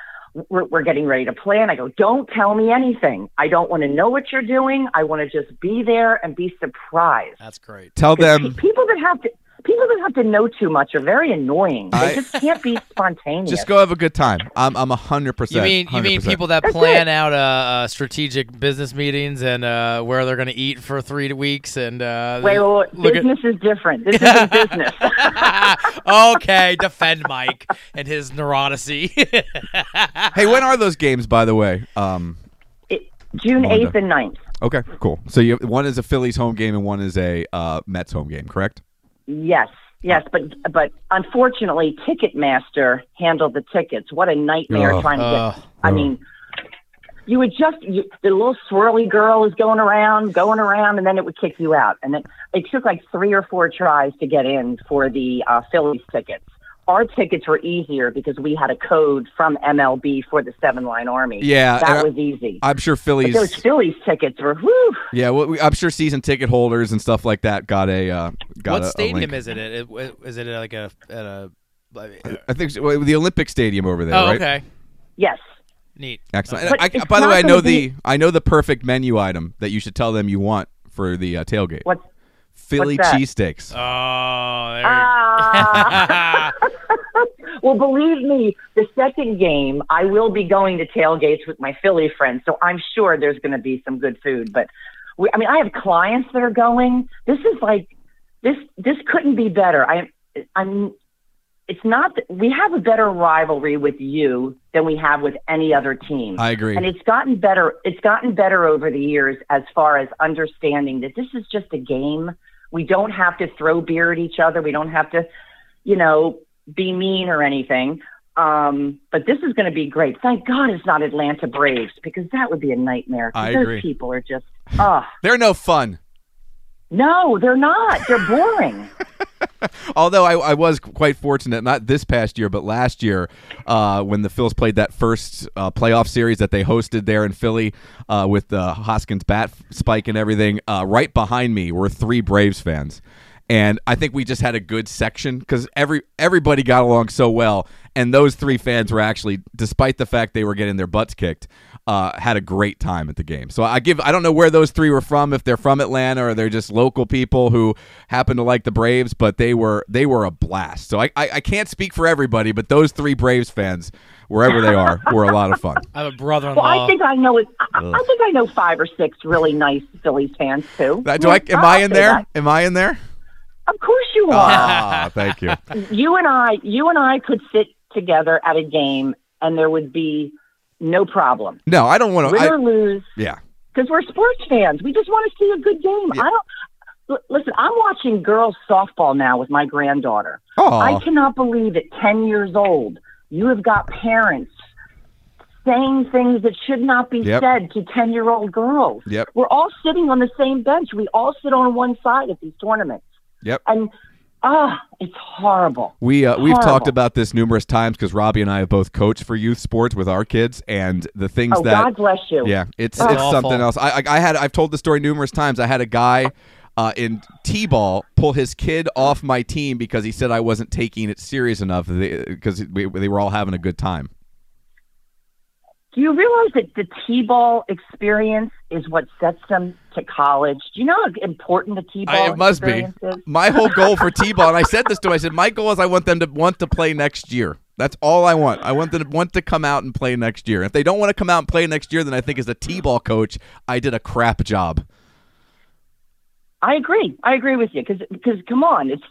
Speaker 3: we're, we're getting ready to plan. I go, don't tell me anything. I don't want to know what you're doing. I want to just be there and be surprised.
Speaker 2: That's great.
Speaker 1: Tell
Speaker 3: 'Cause
Speaker 1: them
Speaker 3: pe- people that have to. People that have to know too much are very annoying. They
Speaker 1: I-
Speaker 3: just can't be spontaneous.
Speaker 1: just go have a good time. I'm I'm hundred
Speaker 2: You
Speaker 1: percent.
Speaker 2: mean you mean people that
Speaker 3: That's
Speaker 2: plan out uh, uh, strategic business meetings and uh, where they're going to eat for three weeks and uh,
Speaker 3: Wait, wait, wait.
Speaker 2: look at-
Speaker 3: business is different. This isn't business.
Speaker 2: okay, defend Mike and his neuroticy.
Speaker 1: Hey, when are those games? By the way. Um,
Speaker 3: It, June
Speaker 1: Melinda.
Speaker 3: eighth and 9th.
Speaker 1: okay, cool. So you one is a Phillies home game and one is a uh, Mets home game, correct?
Speaker 3: Yes, yes, but but unfortunately, Ticketmaster handled the tickets. What a nightmare
Speaker 1: Oh.
Speaker 3: trying to get.
Speaker 2: Oh.
Speaker 3: I mean, you would just you, the little swirly girl is going around, going around, and then it would kick you out. And then it took like three or four tries to get in for the uh, Phillies tickets. Our tickets were easier because we had a code from MLB for the Seven Line Army.
Speaker 1: Yeah, and I-
Speaker 3: that was easy.
Speaker 1: I'm sure
Speaker 3: But
Speaker 1: Phillies.
Speaker 3: those Phillies tickets were whew.
Speaker 1: Yeah, well, we, I'm sure season ticket holders and stuff like that got a uh, got
Speaker 2: what
Speaker 1: a,
Speaker 2: stadium
Speaker 1: a link.
Speaker 2: is it? at? It- Is it like a at a? Oh,
Speaker 1: I think well, the Olympic Stadium over there, right?
Speaker 2: okay,
Speaker 3: Yes.
Speaker 2: neat.
Speaker 1: Excellent.
Speaker 3: But
Speaker 1: And I,
Speaker 3: it's
Speaker 1: by the
Speaker 3: not
Speaker 1: way, I
Speaker 3: gonna
Speaker 1: know
Speaker 3: be-
Speaker 1: the I know the perfect menu item that you should tell them you want for the uh, tailgate.
Speaker 3: What's
Speaker 1: Philly
Speaker 3: what's that? Uh,
Speaker 1: cheesesteaks.
Speaker 2: Oh, there you-
Speaker 3: Ah. well, believe me, the second game, I will be going to tailgates with my Philly friends, so I'm sure there's going to be some good food. But we, I mean, I have clients that are going. This is like this. This couldn't be better. I, I'm. It's not. that- We have a better rivalry with you than we have with any other team.
Speaker 1: I agree.
Speaker 3: And it's gotten better. It's gotten better over the years as far as understanding that this is just a game. We don't have to throw beer at each other. We don't have to, you know, be mean or anything. Um, but this is going to be great. Thank God it's not Atlanta Braves because that would be a nightmare. 'cause
Speaker 1: I
Speaker 3: those
Speaker 1: agree.
Speaker 3: people are just, ah,
Speaker 1: They're no fun.
Speaker 3: no, they're not. They're boring.
Speaker 1: Although I, I was quite fortunate, not this past year, but last year, uh, when the Phils played that first uh, playoff series that they hosted there in Philly uh, with the Hoskins bat spike and everything, uh, right behind me were three Braves fans. And I think we just had a good section because every everybody got along so well, and those three fans were actually, despite the fact they were getting their butts kicked, uh, had a great time at the game. So I give I don't know where those three were from, if they're from Atlanta or they're just local people who happen to like the Braves, but they were they were a blast. So I I, I can't speak for everybody, but those three Braves fans, wherever they are, were a lot of fun.
Speaker 2: I have a brother-in-law.
Speaker 3: Well, I think I know. I, I think I know five or six really nice Phillies fans too.
Speaker 1: Do I am I
Speaker 3: I'll
Speaker 1: in
Speaker 3: say
Speaker 1: there?
Speaker 3: that.
Speaker 1: Am I in there?
Speaker 3: Of course you are.
Speaker 1: Ah, thank you.
Speaker 3: you and I, you and I could sit together at a game, and there would be no problem.
Speaker 1: No, I don't want
Speaker 3: Win
Speaker 1: to.
Speaker 3: or lose,
Speaker 1: Yeah,
Speaker 3: because we're sports fans. We just want to see a good game. I don't. l- Listen, I'm watching girls softball now with my granddaughter. I
Speaker 1: oh,
Speaker 3: cannot believe at 10 years old, you have got parents saying things that should not be
Speaker 1: Yep.
Speaker 3: said to 10 year old girls.
Speaker 1: Yep.
Speaker 3: We're all sitting on the same bench. We all sit on one side at these tournaments.
Speaker 1: Yep.
Speaker 3: And, ah, it's horrible.
Speaker 1: We uh, we've
Speaker 3: Horrible.
Speaker 1: talked about this numerous times because Robbie and I have both coached for youth sports with our kids, and the things
Speaker 3: Oh,
Speaker 1: that
Speaker 3: God bless you.
Speaker 1: Yeah, it's
Speaker 2: That's
Speaker 1: it's
Speaker 2: awful.
Speaker 1: something else. I, I I had I've told the story numerous times. I had a guy uh, in t-ball pull his kid off my team because he said I wasn't taking it serious enough because they, they were all having a good time.
Speaker 3: Do you realize that the T ball experience is what sets them to college? Do you know how important the T
Speaker 1: I,
Speaker 3: ball
Speaker 1: it must be
Speaker 3: experience is?
Speaker 1: my whole goal for t-ball, and I said this to him. I said my goal is I want them to want to play next year. That's all I want. I want them to want to come out and play next year. If they don't want to come out and play next year, then I think as a t-ball coach, I did a crap job.
Speaker 3: I agree. I agree with you because come on, it's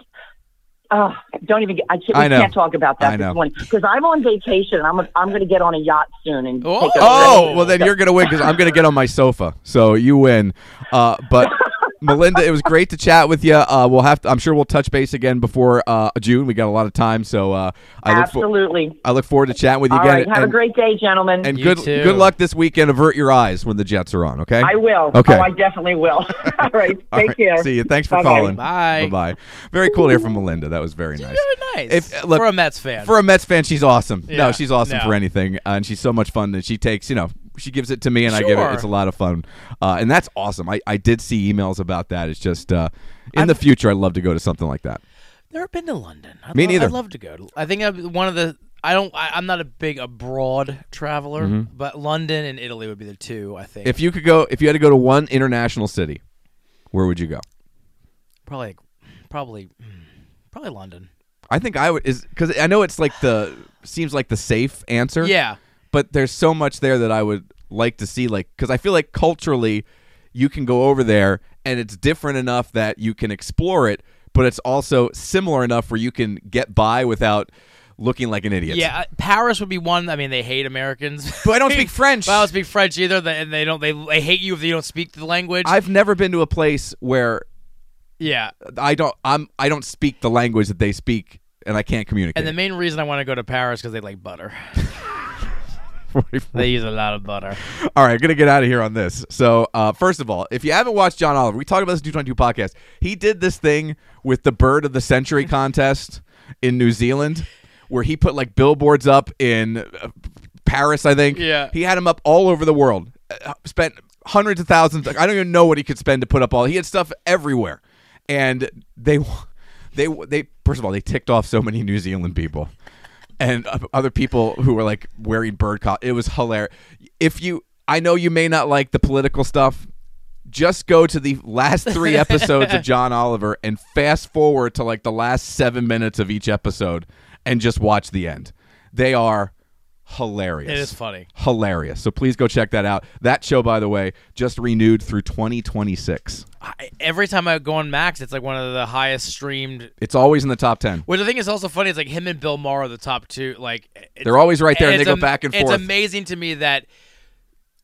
Speaker 3: uh, don't even get, I, can't, we
Speaker 1: I know.
Speaker 3: can't talk about
Speaker 1: I
Speaker 3: that
Speaker 1: know.
Speaker 3: this morning because I'm on vacation. And I'm I'm going to get on a yacht soon and
Speaker 2: Oh!
Speaker 3: take a
Speaker 1: Oh,
Speaker 2: Oh.
Speaker 1: well then you're gonna win because I'm gonna get on my sofa. So you win. Uh, but Melinda, it was great to chat with you. Uh, we'll have to. I'm sure we'll touch base again before uh, June. We got a lot of time, so uh, I look for,
Speaker 3: absolutely.
Speaker 1: I look forward to chatting with you
Speaker 3: All
Speaker 1: again.
Speaker 3: right, have
Speaker 1: and,
Speaker 3: a great day, gentlemen.
Speaker 1: and
Speaker 2: You
Speaker 1: good
Speaker 2: too.
Speaker 1: good luck this weekend. Avert your eyes when the Jets are on. Okay.
Speaker 3: I will.
Speaker 1: Okay.
Speaker 3: Oh, I definitely will. All right, take
Speaker 1: All right,
Speaker 3: care.
Speaker 1: See you. Thanks for
Speaker 3: Bye-bye.
Speaker 1: calling.
Speaker 2: Bye.
Speaker 1: Bye. Very cool to hear from Melinda. That was very nice.
Speaker 2: Very nice.
Speaker 1: If- look-
Speaker 2: for a Mets fan.
Speaker 1: For a Mets fan, she's awesome. no,
Speaker 2: Yeah,
Speaker 1: she's awesome
Speaker 2: no.
Speaker 1: for anything, uh, and she's so much fun that she takes. You know, she gives it to me, and I give
Speaker 2: Sure.
Speaker 1: it. It's a lot of fun, uh, and that's awesome. I, I did see emails about that. It's just uh, in the future, I'd love to go to something like that.
Speaker 2: Never been to London. I'd
Speaker 1: Me
Speaker 2: lo-
Speaker 1: neither.
Speaker 2: I'd love to go. To, I think I'm one of the. I don't. I, I'm not a big abroad traveler, but London and Italy would be the two. I think.
Speaker 1: Mm-hmm. If you could go, if you had to go to one international city, where would you go?
Speaker 2: probably, probably, mm, probably London.
Speaker 1: I think I would is because I know it's like the seems like the safe answer.
Speaker 2: Yeah.
Speaker 1: but there's so much there that I would like to see like cuz I feel like culturally you can go over there and it's different enough that you can explore it but it's also similar enough where you can get by without looking like an idiot.
Speaker 2: Yeah, uh, Paris would be one. I mean, they hate Americans.
Speaker 1: But I don't speak French.
Speaker 2: But I don't speak French either, they- and they don't. They, they hate you if you don't speak the language.
Speaker 1: I've never been to a place where
Speaker 2: yeah,
Speaker 1: I don't I'm I don't speak the language that they speak and I can't communicate.
Speaker 2: and the main reason I want to go to Paris because they like butter. They use a lot of butter.
Speaker 1: All right, gonna get out of here on this. So, uh, first of all, if you haven't watched John Oliver, we talked about this two twenty two podcast. He did this thing with the Bird of the Century contest in New Zealand, where he put like billboards up in uh, Paris, I think.
Speaker 2: Yeah.
Speaker 1: he had them up all over the world. Uh, spent hundreds of thousands. I don't even know what he could spend to put up all. He had stuff everywhere, and they, they, they. First of all, they ticked off so many New Zealand people and o- other people who were like wearing bird collars. It was hilarious. If you, I know you may not like the political stuff. Just go to the last three episodes of John Oliver and fast forward to like the last seven minutes of each episode and just watch the end. They are hilarious.
Speaker 2: It is funny.
Speaker 1: Hilarious. So please go check that out. That show, by the way, just renewed through 2026.
Speaker 2: I, every time I go on Max, it's like one of the highest streamed.
Speaker 1: It's always in the top 10.
Speaker 2: Which I think is also funny. It's like him and Bill Maher are the top two. Like it's-
Speaker 1: They're always right there and they
Speaker 2: it's
Speaker 1: go
Speaker 2: am-
Speaker 1: back and
Speaker 2: It's
Speaker 1: forth.
Speaker 2: amazing to me that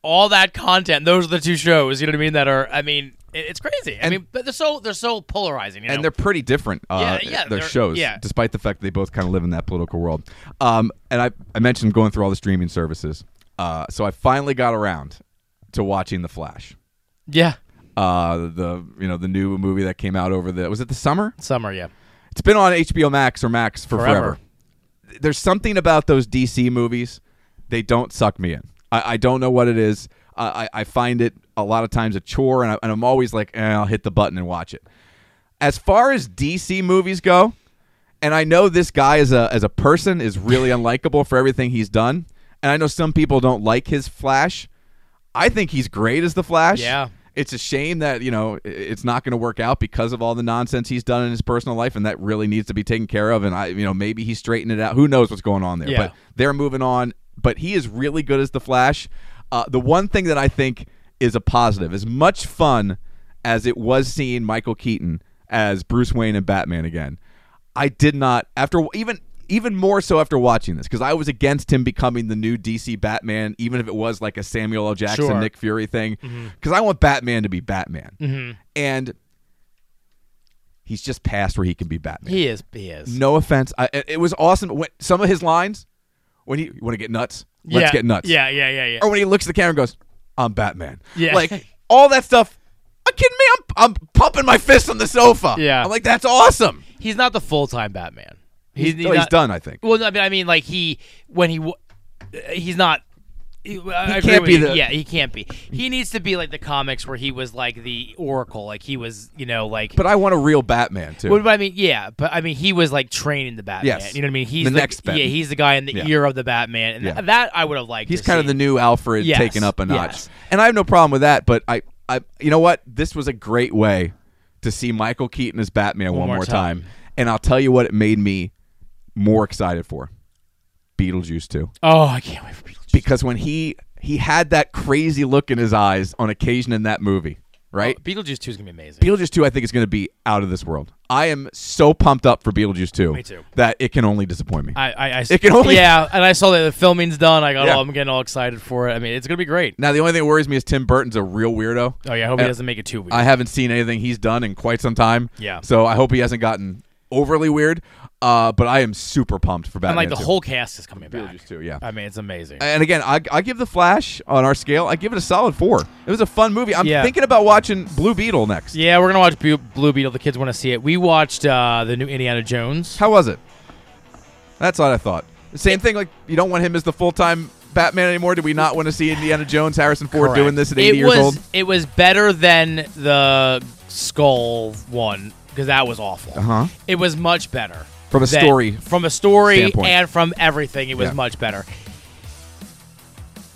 Speaker 2: all that content, those are the two shows. You know what I mean? That are, I mean, It- It's crazy. I mean, but they're so they're so polarizing. You know?
Speaker 1: and they're pretty different. Uh,
Speaker 2: Yeah, yeah,
Speaker 1: their
Speaker 2: they're-
Speaker 1: shows,
Speaker 2: yeah.
Speaker 1: despite the fact that they both kind of live in that political world. Um, and I, I mentioned going through all the streaming services, uh, so I finally got around to watching The Flash,
Speaker 2: yeah,
Speaker 1: uh, the you know the new movie that came out over the was it the summer?
Speaker 2: summer. Yeah,
Speaker 1: It's been on HBO Max or Max for forever.
Speaker 2: Forever.
Speaker 1: There's something about those DC movies; they don't suck me in. I, I don't know what it is. I, I I find it a lot of times a chore, and, I, and I'm always like, eh, I'll hit the button and watch it. As far as DC movies go, and I know this guy as a as a person is really unlikable for everything he's done, and I know some people don't like his Flash. I think he's great as the Flash.
Speaker 2: Yeah.
Speaker 1: It's a shame that, you know, i- it's not going to work out because of all the nonsense he's done in his personal life and that really needs to be taken care of and I, you know, maybe he straightened it out. Who knows what's going on there.
Speaker 2: Yeah.
Speaker 1: But they're moving on, but he is really good as the Flash. Uh, the one thing that I think is a positive, as much fun as it was seeing Michael Keaton as Bruce Wayne and Batman again, I did not after even even more so after watching this because I was against him becoming the new DC Batman, even if it was like a Samuel L. Jackson,
Speaker 2: Sure.
Speaker 1: Nick Fury thing, because I want Batman to be Batman, and he's just past where he can be Batman.
Speaker 2: he is. He is.
Speaker 1: No offense, I, it it was awesome. When, some of his lines when he want to get nuts, let's
Speaker 2: yeah.
Speaker 1: get nuts,
Speaker 2: Yeah, yeah, yeah, yeah.
Speaker 1: or when he looks at the camera and goes, "I'm Batman,"
Speaker 2: Yeah.
Speaker 1: like all that stuff. Are you kidding me? I'm, I'm pumping my fist on the sofa.
Speaker 2: Yeah.
Speaker 1: I'm like, that's awesome.
Speaker 2: he's not the full time Batman. He's,
Speaker 1: oh, he's
Speaker 2: not-
Speaker 1: done, I think.
Speaker 2: Well, I mean, I mean, like he when he w- he's not.
Speaker 1: He
Speaker 2: He,
Speaker 1: can't be the-
Speaker 2: yeah. He can't be. He needs to be like the comics where he was like the Oracle, like he was, you know, like.
Speaker 1: But I want a real Batman too.
Speaker 2: Well, but I mean, yeah, but I mean, he was like training the Batman.
Speaker 1: Yes.
Speaker 2: You know what I mean? He's
Speaker 1: The next Batman.
Speaker 2: Yeah, he's the guy in the
Speaker 1: Yeah.
Speaker 2: ear of the Batman, and
Speaker 1: Yeah.
Speaker 2: th- that I would have liked.
Speaker 1: He's
Speaker 2: to
Speaker 1: kind of
Speaker 2: see.
Speaker 1: the new Alfred
Speaker 2: Yes,
Speaker 1: taken up a notch.
Speaker 2: yes.
Speaker 1: And I have no problem with that, but I, I you know what? This was a great way to see Michael Keaton as Batman one, more,
Speaker 2: more
Speaker 1: time.
Speaker 2: time.
Speaker 1: And I'll tell you what it made me more excited for. Beetlejuice 2.
Speaker 2: Oh, I can't wait for Beetlejuice.
Speaker 1: Because when he he had that crazy look in his eyes on occasion in that movie, right?
Speaker 2: Oh, Beetlejuice Two is gonna be amazing.
Speaker 1: Beetlejuice 2 I think is going to be out of this world. I am so pumped up for Beetlejuice 2
Speaker 2: Me too.
Speaker 1: that it can only disappoint me.
Speaker 2: I, I, I
Speaker 1: It can only-
Speaker 2: yeah, and I saw that the filming's done. I got,
Speaker 1: Yeah.
Speaker 2: all I'm getting all excited for it. I mean, it's gonna be great.
Speaker 1: now the only thing that worries me is Tim Burton's a real weirdo.
Speaker 2: Oh yeah, I hope he
Speaker 1: And-
Speaker 2: doesn't make it too weird.
Speaker 1: I haven't seen anything he's done in quite some time.
Speaker 2: Yeah.
Speaker 1: So I hope he hasn't gotten overly weird. Uh, but I am super pumped for
Speaker 2: and
Speaker 1: Batman.
Speaker 2: like the
Speaker 1: 2.
Speaker 2: whole cast is coming back.
Speaker 1: Beetlejuice 2, yeah.
Speaker 2: I mean, it's amazing.
Speaker 1: And again, I, I give the Flash on our scale. I give it a solid four. It was a fun movie. I'm
Speaker 2: Yeah.
Speaker 1: thinking about watching Blue Beetle next.
Speaker 2: yeah, we're gonna watch Bu- Blue Beetle. The kids want to see it. We watched uh, the new Indiana Jones.
Speaker 1: How was it? That's what I thought. The Same thing. Like you don't want him as the full time Batman anymore. Do we not want to see Indiana Jones, Harrison Ford
Speaker 2: Correct.
Speaker 1: doing this at 80
Speaker 2: it
Speaker 1: years
Speaker 2: was,
Speaker 1: old?
Speaker 2: It was better than the Skull one because that was awful.
Speaker 1: Uh-huh.
Speaker 2: It was much better
Speaker 1: From a
Speaker 2: than-
Speaker 1: story
Speaker 2: from a story
Speaker 1: standpoint.
Speaker 2: and from everything. It was
Speaker 1: Yeah.
Speaker 2: much better.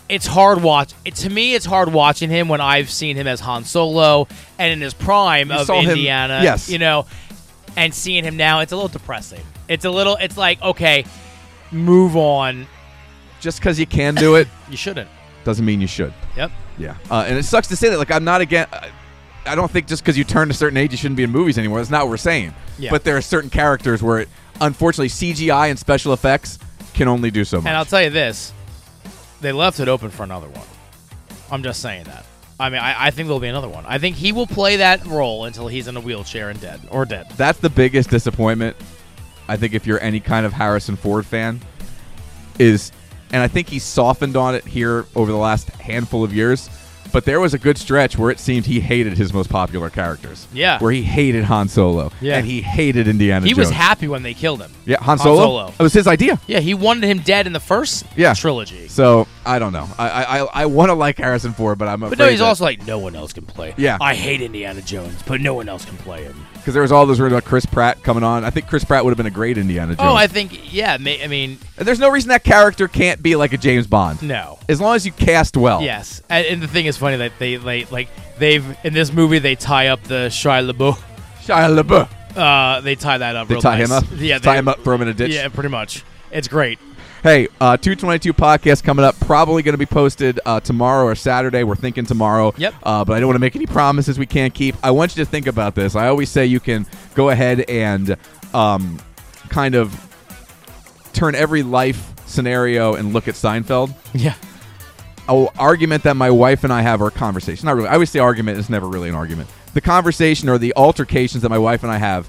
Speaker 2: It's hard watch. It, to me, it's hard watching him when I've seen him as Han Solo and in his prime of
Speaker 1: saw him-
Speaker 2: Indiana.
Speaker 1: yes.
Speaker 2: you know, and seeing him now, it's a little depressing. It's a little. It's like okay, move on.
Speaker 1: Just because you can do it
Speaker 2: You shouldn't.
Speaker 1: doesn't mean you should.
Speaker 2: Yep.
Speaker 1: Yeah, uh, and it sucks to say that. Like, I'm not again. I- I don't think just because you turn a certain age, you shouldn't be in movies anymore. That's not what we're saying.
Speaker 2: Yeah.
Speaker 1: But there are certain characters where, it, unfortunately, CGI and special effects can only do so much.
Speaker 2: And I'll tell you this, they left it open for another one. I'm just saying that. I mean, I, I think there'll be another one. I think he will play that role until he's in a wheelchair and dead or dead.
Speaker 1: That's the biggest disappointment. I think if you're any kind of Harrison Ford fan, is, and I think he softened on it here over the last handful of years. But there was a good stretch where it seemed he hated his most popular characters.
Speaker 2: Yeah.
Speaker 1: Where he hated Han Solo.
Speaker 2: Yeah.
Speaker 1: And he hated Indiana
Speaker 2: He
Speaker 1: Jones.
Speaker 2: was happy when they killed him.
Speaker 1: Yeah, Han Solo. It was his idea.
Speaker 2: Yeah, he wanted him dead in the first
Speaker 1: Yeah.
Speaker 2: trilogy.
Speaker 1: So I don't know. I I, I, I want to like Harrison Ford, but I'm afraid.
Speaker 2: But no, he's
Speaker 1: that-
Speaker 2: also like, no one else can play.
Speaker 1: Yeah.
Speaker 2: I hate Indiana Jones, but no one else can play him.
Speaker 1: because there was all those rumors about Chris Pratt coming on. I think Chris Pratt would have been a great Indiana Jones.
Speaker 2: Oh, I think, yeah, ma- I mean,
Speaker 1: and there's no reason that character can't be like a James Bond.
Speaker 2: no.
Speaker 1: As long as you cast well.
Speaker 2: Yes, and, and the thing is funny that they, they like they've in this movie they tie up the Shia LaBeouf
Speaker 1: Shia LaBeouf.
Speaker 2: Uh, they tie that up.
Speaker 1: They
Speaker 2: real
Speaker 1: tie
Speaker 2: nice.
Speaker 1: him up.
Speaker 2: Yeah, they,
Speaker 1: tie him up, throw him in a ditch.
Speaker 2: Yeah, pretty much. It's great.
Speaker 1: Hey, uh, 222 podcast coming up. Probably going to be posted uh, tomorrow or Saturday. We're thinking tomorrow.
Speaker 2: Yep.
Speaker 1: Uh, but I don't want to make any promises we can't keep. I want you to think about this. I always say you can go ahead and um, kind of turn every life scenario and look at Seinfeld.
Speaker 2: Yeah,
Speaker 1: a argument that my wife and I have, or a conversation. Not really. I always say argument. It's never really an argument. the conversation or the altercations that my wife and I have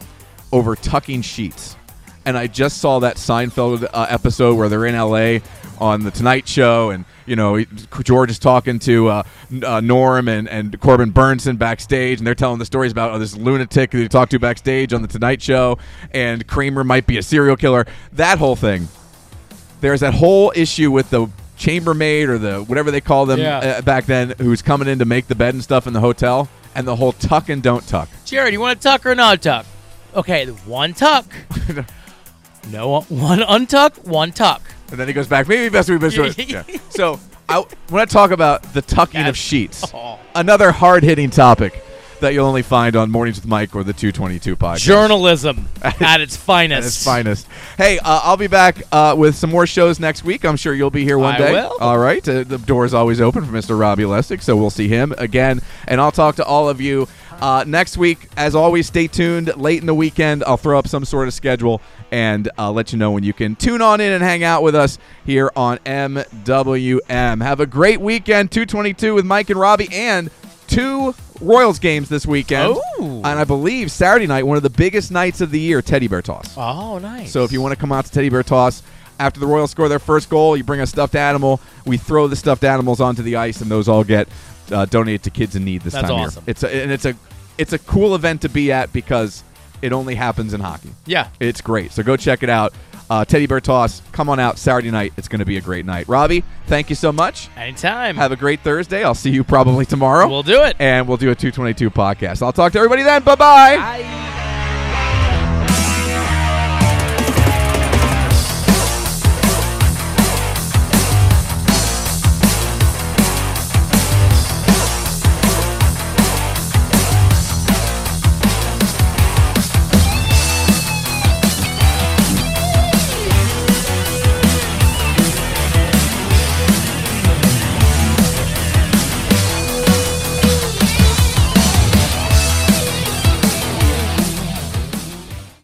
Speaker 1: over tucking sheets. And I just saw that Seinfeld uh, episode where they're in LA on the Tonight Show, and you know he- George is talking to uh, N- uh, Norm and, and Corbin Burnson backstage, and they're telling the stories about oh, this lunatic that he talked to backstage on the Tonight Show, and Kramer might be a serial killer. That whole thing there's that whole issue with the chambermaid or the whatever they call them
Speaker 2: Yeah.
Speaker 1: uh, back then who's coming in to make the bed and stuff in the hotel and the whole tuck and don't tuck
Speaker 2: Jared, you want to tuck or not tuck? Okay, one tuck. no, one untuck, one tuck.
Speaker 1: and then he goes back maybe best we best do it."
Speaker 2: Yeah.
Speaker 1: yeah. so i when i talk about the tucking of
Speaker 2: That's-
Speaker 1: sheets
Speaker 2: Oh.
Speaker 1: another hard-hitting topic that you'll only find on mornings with mike or the 222 podcast
Speaker 2: Journalism at its finest.
Speaker 1: at its finest. Hey, uh, I'll be back uh, with some more shows next week. I'm sure you'll be here one
Speaker 2: I
Speaker 1: day.
Speaker 2: will.
Speaker 1: All right. Uh, the door is always open for Mr. Robbie Lessig, so we'll see him again. And I'll talk to all of you uh, next week. As always, stay tuned. Late in the weekend, I'll throw up some sort of schedule and uh, let you know when you can tune on in and hang out with us here on MWM. Have a great weekend. 222 with Mike and Robbie and two Royals games this weekend.
Speaker 2: Ooh.
Speaker 1: And I believe Saturday night, one of the biggest nights of the year, Teddy Bear Toss.
Speaker 2: Oh, nice.
Speaker 1: So if you want to come out to Teddy Bear Toss after the Royals score their first goal, you bring a stuffed animal. We throw the stuffed animals onto the ice, and those all get uh, donated to kids in need this
Speaker 2: That's
Speaker 1: time
Speaker 2: awesome.
Speaker 1: of year. It's a, and it's a it's a cool event to be at because it only happens in hockey.
Speaker 2: Yeah.
Speaker 1: It's great. So go check it out. Uh, Teddy Bear Toss, come on out Saturday night. It's going to be a great night. Robbie, thank you so much.
Speaker 2: Anytime.
Speaker 1: Have a great Thursday. I'll see you probably tomorrow.
Speaker 2: we'll do it.
Speaker 1: and we'll do a 222 podcast. I'll talk to everybody then. Bye-bye. bye bye
Speaker 2: Bye.